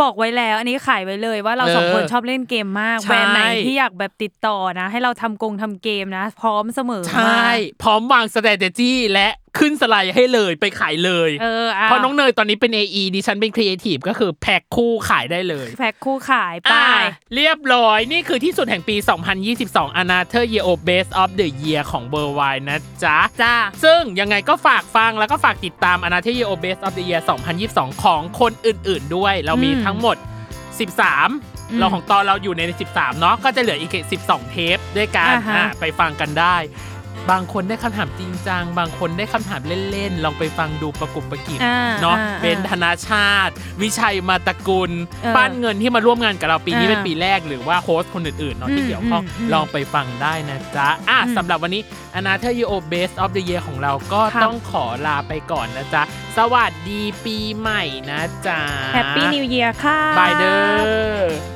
Speaker 4: บอกไว้แล้ว อันนี้ขายไว้เลยว่าเราสอง
Speaker 2: เออ
Speaker 4: คนชอบเล่นเกมมาก
Speaker 2: ใช่
Speaker 4: แบรนด์ไหนที่อยากแบบติดต่อนะ ให้เราทำกงทำเกมนะ พร้อมเสมอ
Speaker 2: ใช่พร้อมวาง strategy และขึ้นสไลด์ให้เลยไปขายเลย
Speaker 4: มาเออ
Speaker 2: เพราะน้องเนยตอนนี้เป็น AE ดิฉันเป็น Creative ก็คือแพ็คคู่ขายได้เลย
Speaker 4: แพ็คคู่ขายไป
Speaker 2: อ่าเรียบร้อยนี่คือที่สุดแห่งปี 2022 Another Year of Best of the Year ของ b u r w i d e นะจ๊ะ
Speaker 4: จ้า
Speaker 2: ซึ่งยังไงก็ฝากฟังแล้วก็ฝากติดตาม Another Year of Best of the Year 2022 ของคนอื่นๆด้วย เรามี
Speaker 4: อืม
Speaker 2: ทั้งหมด 13
Speaker 4: อืม
Speaker 2: เราของตอนเราอยู่ใน 13 เนาะก็จะเหลืออีก 12 เทปด้วยกัน
Speaker 4: อ่าฮะ
Speaker 2: อ่ะไปฟังกันได้ บางคนได้คำถามจริงจัง บางคนได้คำถามเล่นๆ ลองไปฟังดูประกบประกิจ
Speaker 4: อ่
Speaker 2: เนาะ
Speaker 4: อ่
Speaker 2: เบนธนาชาติ วิชัยมาตระกุล
Speaker 4: เออ
Speaker 2: ปั้นเงินที่มาร่วมงานกับเราปีนี้
Speaker 4: อ่า
Speaker 2: เป็นปีแรกหรือว่าโฮสต์คนอื่นๆเนาะที่
Speaker 4: อืม
Speaker 2: เกี่ยวข้อง
Speaker 4: อืมอืม
Speaker 2: ลองไปฟังได้นะจ๊ะ อ่ะ
Speaker 4: อืม
Speaker 2: สำหรับวันนี้อนาเธอร์ยูโอเบสออฟเดอะเยของเราก็
Speaker 4: ครับ
Speaker 2: ต้องขอลาไปก่อนนะจ๊ะ สวัสดีปีใหม่นะจ๊ะ
Speaker 4: แฮปปี้นิวเยียร์ค่ะ
Speaker 2: บายเดอร์